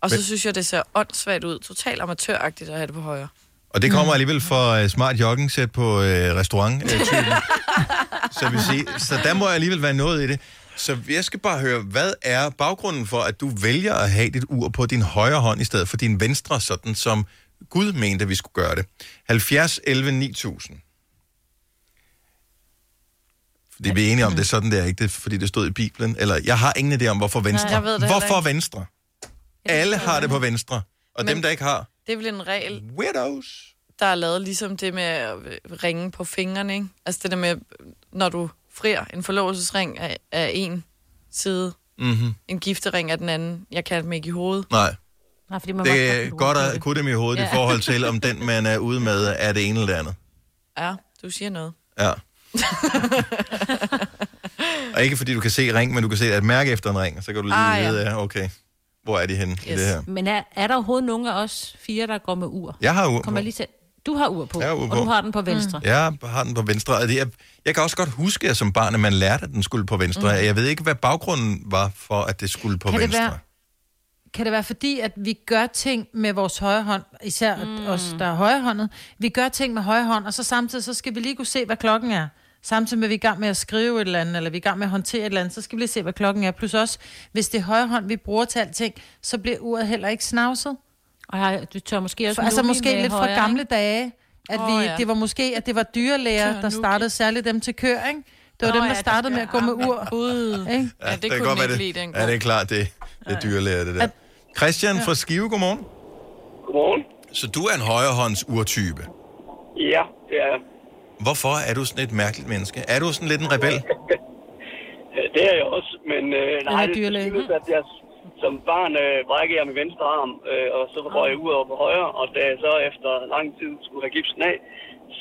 og så Men- synes jeg, det ser åndssvagt ud. Totalt amatøragtigt at have det på højre. Og det kommer alligevel fra uh, smart jogging-sæt på uh, restaurant øh, typen. så, vil sige, så der må jeg alligevel være noget i det. Så jeg skal bare høre, hvad er baggrunden for, at du vælger at have dit ur på din højre hånd i stedet for din venstre, sådan som Gud mente, at vi skulle gøre det? 70, 11, 9000. Fordi vi er enige om, det er sådan der, ikke? Det, er, fordi det stod i Bibelen. Eller, jeg har ingen idé om, hvorfor venstre. Nej, jeg ved det heller hvorfor ikke. venstre? Alle har det på venstre. Og Men- dem, der ikke har, Det er vel en regel, weirdos. der er lavet ligesom det med at ringe på fingrene, ikke? Altså det der med, når du frier en forlovelsesring af, af en side, Mhm. en giftering af den anden. Jeg kan dem ikke i hovedet. Nej. Nej, fordi Det er godt at kunne dem i hovedet ja. Ja. i forhold til, om den, man er ude med, er det ene eller det andet. Ja, du siger noget. Ja. og ikke fordi du kan se ring, men du kan se et mærke efter en ring, og så kan du lige Ah, ah, ja. ja. vide, ja, okay, hvor er de henne yes. i det her. Men er, er der overhovedet nogen af os fire, der går med ur? Jeg har ur Kommer på. lige til... Du har ur på, Jeg har ur og på. Mm. du har den på venstre. Jeg har den på venstre, og det, jeg, jeg kan også godt huske, at som barn, at man lærte, at den skulle på venstre. Mm. Mm. Jeg ved ikke, hvad baggrunden var for, at det skulle på kan venstre. Det være, kan det være fordi, at vi gør ting med vores højre hånd, især mm. os, der er højrehåndet. Vi gør ting med højre hånd, og så samtidig så skal vi lige kunne se, hvad klokken er. Samtidig med, at vi er i gang med at skrive et eller andet, eller vi er i gang med at håndtere et eller andet, så skal vi lige se, hvad klokken er. Plus også, hvis det er højre hånd, vi bruger til alting, så bliver uret heller ikke snavset. Og du tør måske også Altså Numi måske med lidt fra højre, gamle dage, at Åh, vi, ja. det var måske, at det var Tør dyrelæger, der Nuki. startede særligt dem til køer, ikke? Det var Nå, dem, ja, der der startede med at gå med ur. ikke? Ja, det, kan godt være det. Ja, det er klart, det, det er dyrlæger, det der. Christian fra Skive, godmorgen. Godmorgen. Så du er en højrehånds urtype. Ja, det er, Hvorfor er du sådan et mærkeligt menneske? Er du sådan lidt en rebel? det er jeg også, men øh, nej, det skyldes, at jeg som barn øh, brækkede jeg min venstre arm, øh, og så røg jeg ud over på højre, og da jeg så efter lang tid skulle have gipsen af,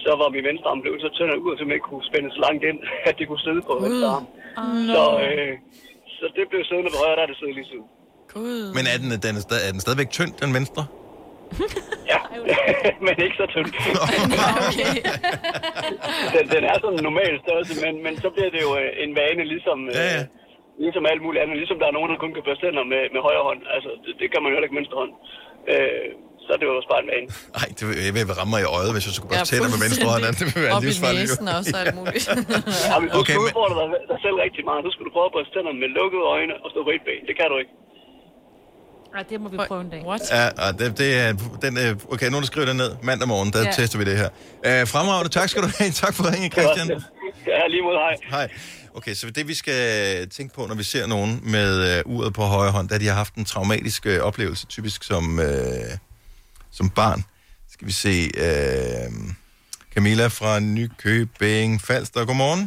så var min venstre arm blevet så tynd ud, at jeg ikke kunne spænde så langt ind, at det kunne sidde på venstre arm. Så, øh, Så det blev siddende på højre, der er det siddet lige siden. God. Men er den, den er, stad, er den stadigvæk tynd, den venstre? men ikke så tynd. den, den er sådan en normal størrelse, men, men så bliver det jo øh, en vane, ligesom, ja, ja. ligesom alt muligt andet. Ligesom der er nogen, der kun kan børste tænder med, med højre hånd. Altså, det, det kan man jo heller ikke med venstre hånd. Øh, så er det jo også bare en vane. Nej, det vil, jeg vil ramme mig i øjet, hvis jeg skulle bare Ja, ja, tænder med venstre hånd. Det vil være Op i livsfarligt. næsen jo. også, altså. og alt muligt. Ja. Ja, men du Okay, okay, men, udfordre dig, dig selv rigtig meget. Så skulle du prøve at børste tænder med lukkede øjne og stå på et ben. Det kan du ikke. Ej, det må vi prøve en dag. ja, ja, det, det er, den, øh, okay, nu skriver den ned. Mandag morgen, der Ja. ja. tester vi det her. Øh, fremragende, tak skal du have. Tak for ringen, Christian. Ja, lige mod hej. Hej. Okay, så det vi skal tænke på, når vi ser nogen med øh, uret på højre hånd, da de har haft en traumatisk øh, oplevelse, typisk som, øh, som barn. Skal vi se øh, Camilla fra Nykøbing Falster. Godmorgen.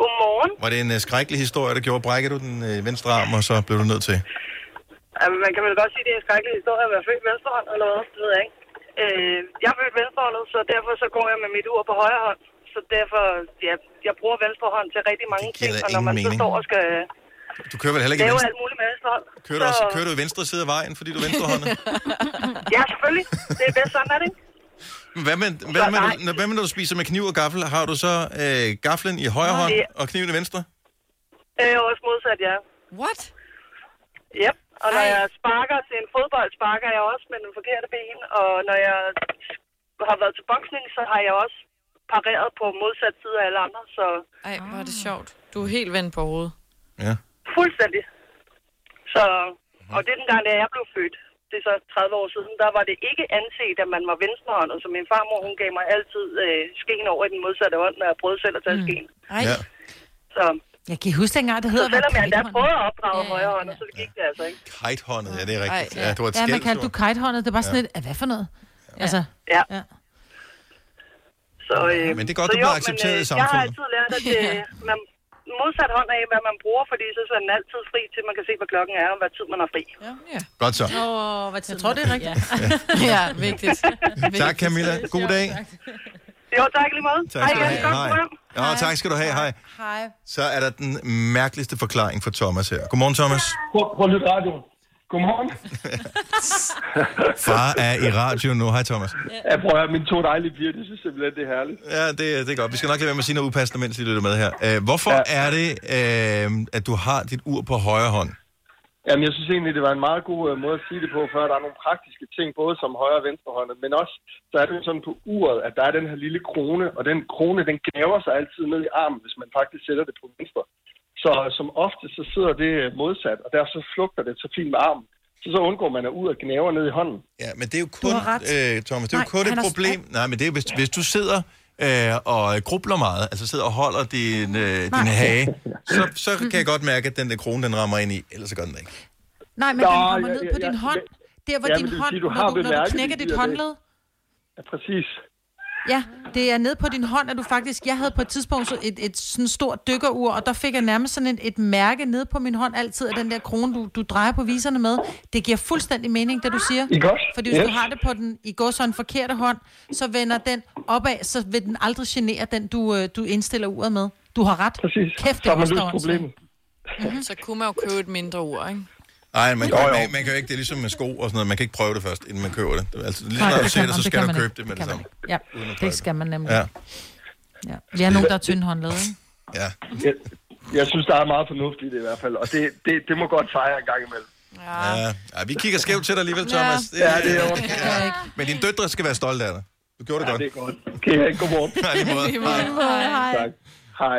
Godmorgen. Var det en øh, skrækkelig historie, der gjorde? Brækkede du den øh, venstre arm, og så blev du nødt til? Jamen, man kan vel godt sige, at det er en skrækkelig historie at være født venstrehånd eller noget, det ved jeg ikke. Øh, jeg er født venstrehåndet, så derfor så går jeg med mit ur på højre hånd. Så derfor, ja, jeg bruger venstre hånd til rigtig mange ting, da og når ingen man så mening. står og skal Du kører vel heller ikke i lave venstre? alt muligt med venstre hånd. Kører du, også, kører du i venstre side af vejen, fordi du er venstrehåndet? ja, selvfølgelig. Det er bedst sådan, er det ikke? Hvad med, hvad, med, når, hvad med, når du spiser med kniv og gaffel? Har du så øh, gaflen i højre Nå, hånd det- og kniven i venstre? Øh, også modsat, ja. What? Yep. Og når jeg sparker til en fodbold, sparker jeg også med den forkerte ben. Og når jeg har været til boksning, så har jeg også pareret på modsat side af alle andre. Så Ej, hvor er det sjovt. Du er helt vendt på hovedet. Fuldstændig. Så, Mhm. og det er den gang, da jeg blev født, det er så 30 år siden, der var det ikke anset, at man var venstrehåndet. Så min farmor, hun gav mig altid øh, skeen over i den modsatte hånd, når jeg prøvede selv at tage mm. skeen. Ja. Så, Jeg kan huske dengang, det så hedder... selvom jeg endda prøvede at opdrage ja, højre hånd, så det gik det altså ikke. Kitehåndet, ja, det er rigtigt. Ej, Ja, det var et ja, man skæld, kaldte du du. kitehåndet. Det var sådan Ja. lidt, ja. hvad for noget? Altså, Ja. ja. Så, øh, Men øh, det er godt, så du bliver accepteret i Jeg har samfundet. altid lært, at det, man modsat hånd af, hvad man bruger, fordi så er den altid fri, til man kan se, hvad klokken er, og hvad tid man har fri. Ja, ja. Godt så. Åh, hvad tid Jeg tror, det er rigtigt. ja, vigtigt. Tak, Camilla. God dag. Jo, tak i lige måde. Tak skal du have. Godt Hej. program. Ja, tak skal du have. Hej. Hej. Så er der den mærkeligste forklaring for Thomas her. Godmorgen, Thomas. Prøv, prøv at lytte radioen. Godmorgen. Far er i radio nu. Hej, Thomas. Jeg prøver at høre, mine to dejlige piger, de synes simpelthen, det er herligt. Ja, det, det er godt. Vi skal nok lade være med at sige noget upassende, mens I lytter med her. Øh, Hvorfor ja. er det, øh, at du har dit ur på højre hånd? Jamen, jeg synes egentlig, det var en meget god øh, måde at sige det på, for der er nogle praktiske ting, både som højre og venstre hånd, men også, så er det jo sådan på uret, at der er den her lille krone, og den krone, den gnaver sig altid ned i armen, hvis man faktisk sætter det på venstre. Så øh, som ofte, så sidder det øh, modsat, og der så flugter det så fint med armen. Så så undgår man at ud og gnaver ned i hånden. Ja, men det er jo kun, øh, Thomas, det er jo Nej, kun han et har- problem. Nej, men det er, hvis, hvis du sidder øh, og grubler meget, altså sidder og holder din, øh, din Nej. hage, så, så kan jeg godt mærke, at den der krone, den rammer ind i, ellers så gør den ikke. Nej, men Nå, den kommer ja, ned ja, på ja, din ja. hånd. Der, hvor Ja, men din det vil hånd, sige, du når har du, når du bemærket knækker de dit der, det- håndled. Ja, præcis. Ja, det er nede på din hånd, at du faktisk... Jeg havde på et tidspunkt så et, et sådan stort dykkerur, og der fik jeg nærmest sådan et, et mærke nede på min hånd altid, af den der krone, du, du drejer på viserne med. Det giver fuldstændig mening, det du siger. Ikke også? Fordi hvis yes. Yes. du har det på den i går så en forkerte hånd, så vender den opad, så vil den aldrig genere den, du, øh, du indstiller uret med. Du har ret. Præcis. Kæft, det Mhm. Så har man koster løst åndssvagt. problemet. Mm-hmm. Så kunne man jo købe et mindre ur, ikke? Nej, man, man, man, man kan jo ikke, det er ligesom med sko og sådan noget, man kan ikke prøve det først, inden man køber det. Altså, lige Nej, snart du det ser kan det, man- så det skal kan du man købe ikke. det med Det det samme. kan Ja, Uden at prøve det skal man nemlig. Ja. Ja. ja. Vi har nogen, der er tyndhåndlede, ikke? Ja. Jeg, jeg synes, der er meget fornuftigt i det i hvert fald, og det, det, det må godt fejre en gang imellem. Ja. ja. vi kigger skævt til dig alligevel, Ja. Thomas. Ja, det er okay. ja. Men dine døtre skal være stolte af dig. Du gjorde det ja, godt. det er godt. Okay, godmorgen. Nej, lige måde. Lige Hej. måde. Hej. Tak. Hej.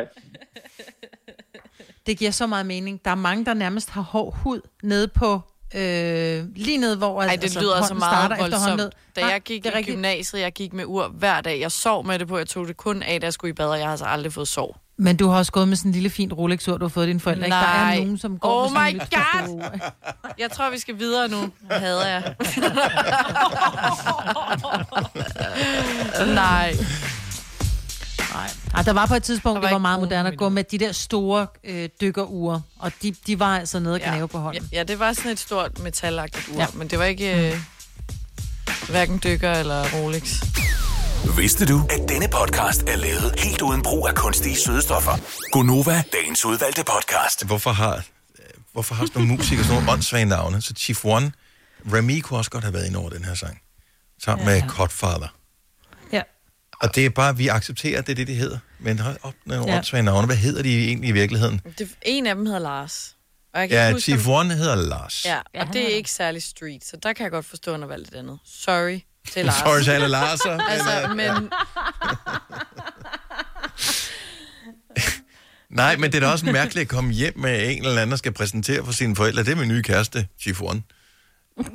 Det giver så meget mening. Der er mange, der nærmest har hård hud nede på... Øh, lige nede, hvor... Ej, det lyder altså hånden meget starter efter håndled. voldsomt. Da Nej, jeg gik det er i rigtigt. gymnasiet, jeg gik med ur hver dag. Jeg sov med det på, jeg tog det kun af, da jeg skulle i bad, og jeg har altså aldrig fået sov. Men du har også gået med sådan en lille fin Rolex-ur, du har fået af dine forældre. Ikke? Der er nogen, som går oh med my sådan god! Jeg tror, vi skal videre nu. Hader jeg. Nej. Nej. Ej, der var på et tidspunkt, det var, meget moderne at gå med de der store øh, dykkerure, og de, de var altså nede og knæve på hånden. Ja, det var sådan et stort metalagtigt ur, Ja. ja. men det var ikke øh, hverken dykker eller Rolex. Vidste du, at denne podcast er lavet helt uden brug af kunstige sødestoffer? Gonova, Dagens udvalgte podcast. Hvorfor har, hvorfor har sådan nogle musikere sådan nogle åndssvage navne? Så Chief One, Remy kunne også godt have været inde over den her sang. Sammen ja. med Godfather. Ja. Og det er bare, vi accepterer, at det er det, det hedder. Men hold op, nogle Ja. ja. åndssvage navne. Hvad hedder de egentlig i virkeligheden? Det, en af dem hedder Lars. Og jeg kan ikke Ja, huske, Chief om- One hedder Lars. Ja, Ja, og han det er er der. ikke særlig street, så der kan jeg godt forstå, at han har valgt et andet. Sorry til Lars. Sorry til alle Larser, altså, men, men... Nej, men det er da også mærkeligt at komme hjem med en eller anden, der skal præsentere for sine forældre. Det er min nye kæreste, Chief One.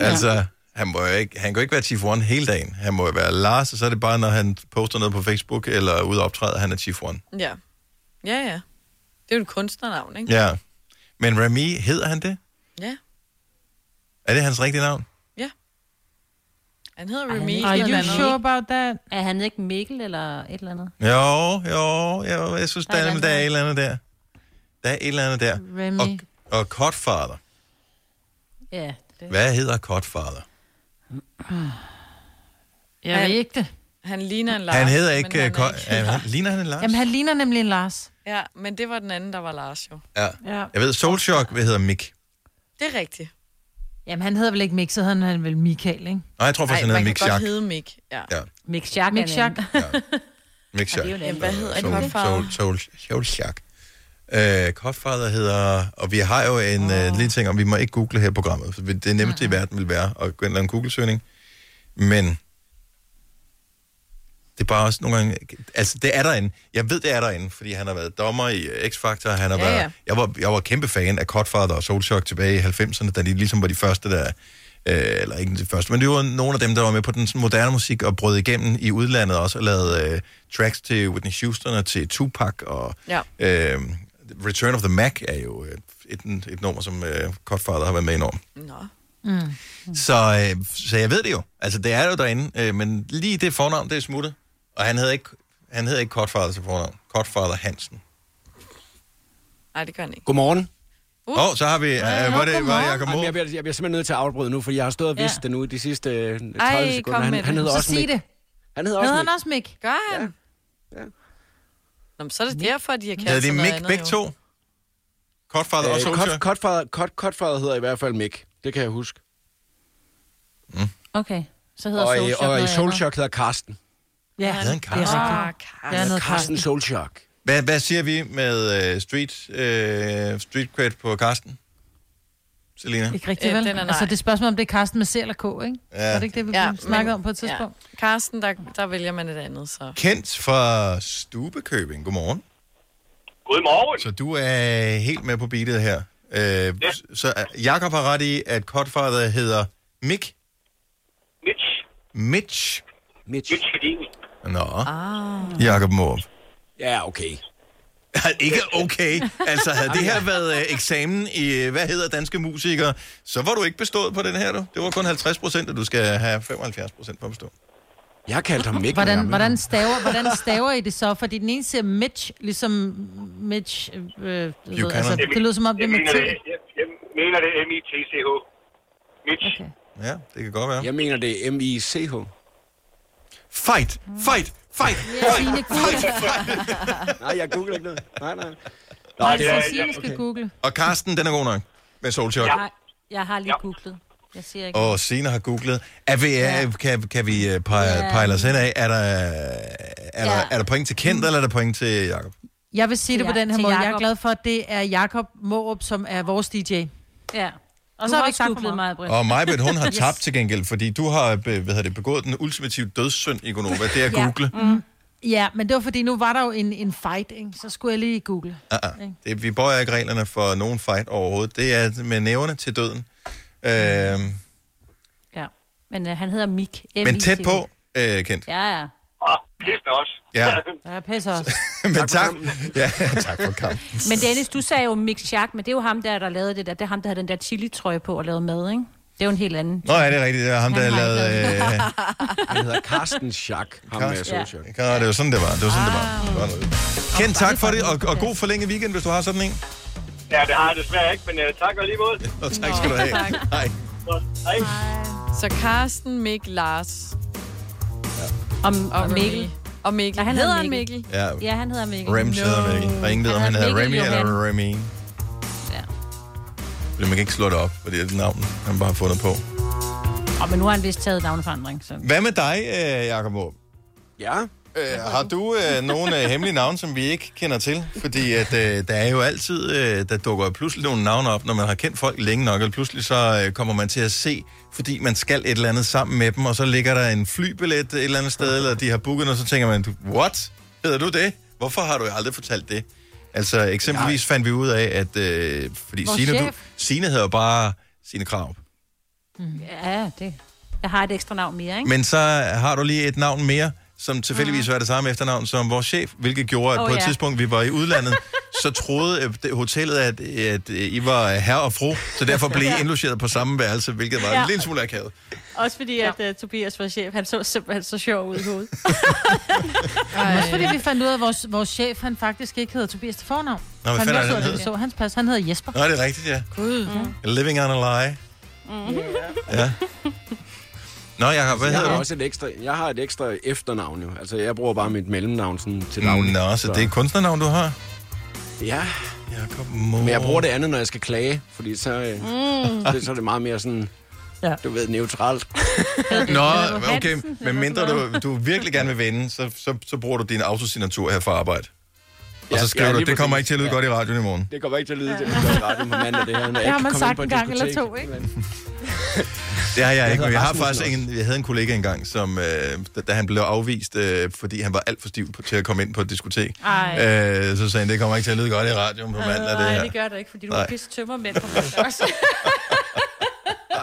Altså, han, må jo ikke, han kan jo ikke være Chief One hele dagen. Han må jo være Lars, og så er det bare, når han poster noget på Facebook eller er ude og optræde, han er Chief One. Ja. Ja, ja. Det er jo et kunstnernavn, ikke? Ja. Men Remy, hedder han det? Ja. Er det hans rigtige navn? Han hedder Remy. Are you sure about that? Er han ikke Mikkel eller et eller andet? Jo, jo, jo jeg synes, der Der er er, et der er et eller andet der. Der er et eller andet der. Remy. Og, og Godfather. Ja. Hvad hedder Godfather? Jeg ved ikke det. Han ligner en Lars. Lars, han hedder men ikke... øh, Han han er er ikke. Han, ligner han en Lars? Jamen, han ligner nemlig en Lars. Ja, men det var den anden, der var Lars jo. Ja. Ja. Jeg ved, Soulshock, hvad hedder Mick? Det er rigtigt. Jamen, han hedder vel ikke Mick, så hedder han vel Michael, ikke? Nej, jeg tror faktisk, han hedder Mick Jack. man kan godt hedde Mick. Ja. Ja, Mick Schack. Mick Schack. Mick øh, Jack. jo nemt. Hvad hedder Soul- Godfather? Soul, Soul, Soul Uh, Godfather hedder, og vi har jo en oh. uh, lille ting om, vi må ikke google her i programmet, for det nemmeste mm-hmm. i verden vil være at gå ind og lave en Google-søgning, men det er bare også nogle gange, altså det er derinde, jeg ved det er derinde, fordi han har været dommer i øh, X-Factor, han har ja, Ja, været, ja. ja. Jeg, var, jeg var kæmpe fan af Godfather og Soulshock tilbage i 90'erne, da de ligesom var de første, der, øh, eller ikke de første, men det var nogle af dem, der var med på den sådan moderne musik og brød igennem i udlandet også, og lavede øh, tracks til Whitney Houston og til Tupac og Ja. Øh, Return of the Mac er jo øh, et, et nummer, som øh, Godfather har været med i enormt. Nå. Mm. Så, øh, så jeg ved det jo. Altså, det er jo derinde. Øh, men lige det fornavn, det er smuttet. Og han hedder ikke, han hedder ikke Godfather til fornavn. Godfather Hansen. Nej, det gør han ikke. Godmorgen. Uh. Åh, oh, så har vi... Øh, var det, var det Jacob Jamen, Moe? jeg, bliver, jeg bliver simpelthen nødt til at afbryde nu, fordi jeg har stået og vidst Ja. det nu i de sidste øh, 30 Ej, sekunder. kom med han, han det. hedder Så også sig Mick. det. Han hedder også Hedder han Mick. også Mick? Gør han? Ja. Nå, men så er det derfor, de har kaldt Hedder de sig noget Mick andet, begge jo. to? Godfather og Øh, Solskjaer? Cod- Codfather, Cod- Codfather hedder i hvert fald Mick. Det kan jeg huske. Okay, så hedder Og, øh, Soulshock og i noget Soulshock hedder Karsten. Ja, Ah, Hedder han Carsten? det er rigtigt. Ah, Det er noget Ah, Carsten Soulshock. Hvad, hvad siger vi med øh, street, øh, street cred på Carsten? Selina? Ikke rigtigt, Øh, vel? den er nej. altså, det er et spørgsmål, om det er Karsten med C eller K, ikke? Ja. Var det ikke det, vi ja, snakkede om på et tidspunkt? Ja. Carsten, der, der vælger man et andet, så... Kent fra Stubekøbing. Godmorgen. Godmorgen. Så du er helt med på beatet her. Øh, ja. Så øh, Jakob har ret i, at Godfather hedder Mick? Mitch. Mitch? Mitch. Mitch Hedin. Nå. Ah. Jakob Morup. Ja, okay. ikke okay. Altså, havde det her været øh, eksamen i, øh, hvad hedder danske musikere, så var du ikke bestået på den her, du. Det var kun 50 procent, og du skal have 75 procent for at bestå. Jeg kaldte ham Mick. Hvordan, hvordan, staver, hvordan staver I det så? Fordi den ene siger Mitch, ligesom Mitch... Øh, du ved, Buchanan. altså, det lyder som om, det er jeg med mener T. det, jeg, jeg mener det er M-I-T-C-H. Mitch. Okay. Ja, det kan godt være. Jeg mener, det er M-I-C-H. Fight! Fight! Fight! Signe Nej, jeg googler ikke noget. Nej, nej. Nå, Nej, det så er- Signe skal okay. google. Og Karsten, den er god nok med Soulshock. Nej, jeg har lige googlet. Jeg siger ikke. Og Sina har googlet. Er vi, ja. kan, kan vi øh, pege, Ja. pejle os hen af? Er der, er, der, er der point til Kent, eller er der point til Jakob? Jeg vil sige det Til på den her Ja- måde. til Jeg er Jakob. glad for, at det er Jakob Morup, som er vores DJ. Ja. Og Og så så har har vi jeg ikke sagt også for googlet mig, Britt. Og Majbet, hun har Yes. tabt til gengæld, fordi du har be- hvad hedder det, begået den ultimative dødssynd i Gonova, det er at Ja. google. Mm. Ja, men det var fordi, nu var der jo en, en fight, ikke? så skulle jeg lige google. Uh-uh. Det, vi bøjer ikke reglerne for nogen fight overhovedet. Det er med næverne til døden. Øhm, Øh, Ja. Men øh, han hedder Mick. men tæt på, øh, Kent. Ja, ja. Pisse også. Ja. Ja, jeg pisser også. men tak. Ja, tak for kampen. Men Dennis, du sagde jo Mick Schack, men det er jo ham der, der lavede det der. Det er ham, der havde den der chili-trøje på og lavede mad, ikke? Det er jo en helt anden. Nå, ja, det er rigtigt. Det var ham, der Han har lavede... ikke Øh, lavet Han hedder Carsten Schack. Ham med Soulshock. Ja, det var sådan, det var. Det var sådan, det var. Ah. Det var noget. Kent, tak for det, og, og god forlænget weekend, hvis du har sådan en. Ja, det har jeg desværre ikke, men uh, tak alligevel. Og tak skal du have. tak. Hej. Hej. Så Carsten, Mick, Lars. Om, Og og Mikkel. Mikkel. Og Mikkel. Ja, han Hedder hedder han Mikkel. Ja. ja, han hedder Mikkel. Rems hedder Mikkel. Og ingen ved, om han hedder Remy Mikkel eller Johan. Remy. Ja. Fordi man kan ikke slå det op, fordi det er navnet, han bare har fundet på. Åh, men nu har han vist taget navneforandring, så... Hvad med dig, øh, Jacob Aarup? Ja? Øh, har du øh, nogle øh, hemmelige navne, som vi ikke kender til? Fordi at, øh, der er jo altid, øh, der dukker pludselig nogle navne op, når man har kendt folk længe nok, og pludselig så øh, kommer man til at se, fordi man skal et eller andet sammen med dem, og så ligger der en flybillet et eller andet sted, eller de har booket, og så tænker man, "Du- what? Hedder du det? Hvorfor har du aldrig fortalt det? Altså eksempelvis fandt vi ud af, at øh, fordi Vores Signe, du, chef. Signe hedder bare Signe Krav. Mm. Ja, det... Jeg har et ekstra navn mere, ikke? Men så har du lige et navn mere, som tilfældigvis var det samme efternavn som vores chef, hvilket gjorde, at Mm. Åh, oh, på et ja. tidspunkt, vi var i udlandet, så troede øh, det- hotellet, at, at øh, I var herre og fru, så derfor blev I indlogeret på samme værelse, hvilket var ja. Ja. en lille smule akavet. Også fordi, ja. at uh, Tobias var chef, han så simpelthen så sjov ud i hovedet. Ej. Også fordi vi fandt ud af, at vores, vores chef, han faktisk ikke hedder Tobias til fornavn. Nå, hvad han fanden er vidste det, ud af han det, vi hed? så hans pas. Han hedder Jesper. Nå, det er rigtigt, ja. Gud. Mm. Living on a lie. Ja. Nå, Jacob, hvad jeg hedder har du? også et ekstra, jeg har et ekstra efternavn jo. Altså, jeg bruger bare mit mellemnavn sådan, til daglig. Nå, så det er et kunstnernavn, du har? Ja. Jacob Men jeg bruger det andet, når jeg skal klage, fordi så, mm. det, så er det meget mere sådan, ja. du ved, neutralt. Nå, okay, men mindre du, du virkelig gerne vil vinde, så, så, så bruger du din autosignatur her for arbejde. Og Ja, så skriver ja, du, lige det kommer præcis. ikke til at lyde Ja. godt i radioen i morgen. Det kommer ikke til at lyde til, at det gør radio på mandag, det her. når jeg Det har kan man komme sagt ind på en gang eller diskotek. to, ikke? Det har jeg Jeg ikke, men jeg hedder har Rasmussen faktisk en, jeg havde en kollega engang, som, øh, da- da han blev afvist, øh, fordi han var alt for stiv på, til at komme ind på et diskotek, Ej. Øh, øh, så sagde han, det kommer ikke til at lyde godt i radioen på mandag, det Nej, her. det gør det ikke, fordi du Nej. er pisse tømmermænd på mig også.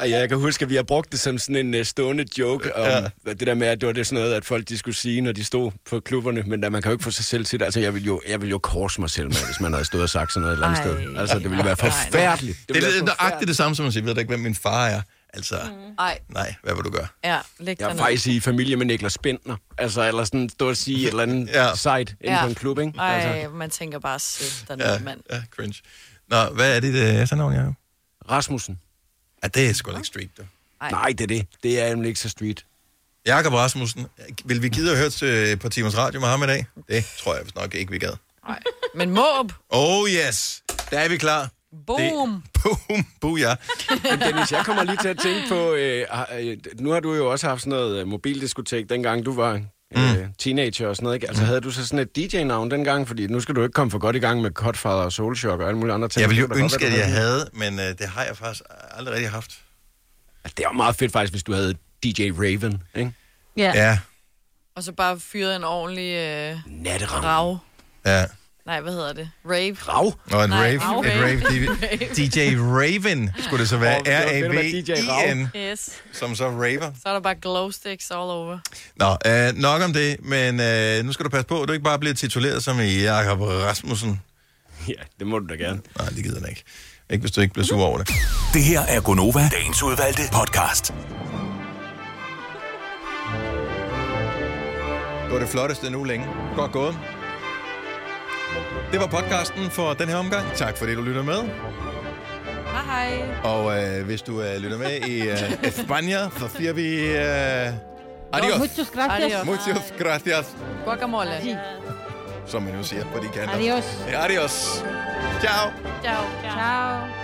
Ej, ja, jeg kan huske, at vi har brugt det som sådan en uh, stående joke om ja. det der med, at det var det sådan noget, at folk de skulle sige, når de stod på klubberne, men at man kan jo ikke få sig selv til det. Altså, jeg ville jo, jeg ville jo korse mig selv med, hvis man havde stået og sagt sådan noget et eller andet Ej. sted. Altså, det ville være forfærdeligt. Det, det, det er nøjagtigt det samme, som man siger, ved du ikke, hvem min far er? Altså, mm. Ej, nej, hvad vil du gøre? ja, læg Jeg dig er ned. faktisk i familie med Niklas Bentner. Altså, eller sådan stå og sige et eller andet ja. site inde på en klub, ikke? Ej, Altså, man tænker bare, sæt dig Ja, ned, mand. ja, cringe. Nå, hvad er dit øh, efternavn, Jacob? Rasmussen. Ja, det er sgu da ikke street, du. Ej. Nej, det er det. Det er nemlig ikke så street. Jakob Rasmussen, vil vi gide at høre til et par timers radio med ham i dag? Det tror jeg vist nok ikke, vi gad. Men Måb, Oh yes, der er vi klar. boom. Boom, buja. Men Dennis, jeg kommer lige til at tænke på, øh, øh, nu har du jo også haft sådan noget øh, mobildiskotek, dengang du var øh, teenager og sådan noget, ikke? Mm. Altså havde du så sådan et DJ-navn dengang? Fordi nu skal du ikke komme for godt i gang med Godfather og Soulshock og alle mulige andre ting. Jeg ville Det jo kunne da godt ønske, være, at du jeg det. havde, men øh, det har jeg faktisk aldrig rigtig haft. Det var meget fedt faktisk, hvis du havde DJ Raven, ikke? Ja. Ja, Og så bare fyret en ordentlig... Øh, Natteravn. Rav. ja. Nej, hvad hedder det? Rave. Rav? Og en Nej, rave, Rav. et rave DJ Raven skulle det så være. Åh, det var fedt at E være DJ Rav. R-A-V-I-N, Yes. som så raver. Så er der bare glow sticks all over. Nå, øh, nok om det, men øh, nu skal du passe på, at du ikke bare bliver tituleret som Jakob Rasmussen. Ja, det må du da gerne. Nej, det gider jeg ikke. Ikke hvis du ikke bliver sur over det. Det her er Gonova, dagens udvalgte podcast. Det var det flotteste nu længe. Godt gået. Det var podcasten for den her omgang. Tak fordi du lytter med. Hej hej. Og øh, hvis du øh, lytter med i øh, Spanien, så siger vi... Øh, adios. Muchas gracias. Adios. Muchas gracias, Guacamole. som man jo siger på de kanter. Adios. Adios. Ciao. Ciao. Ciao.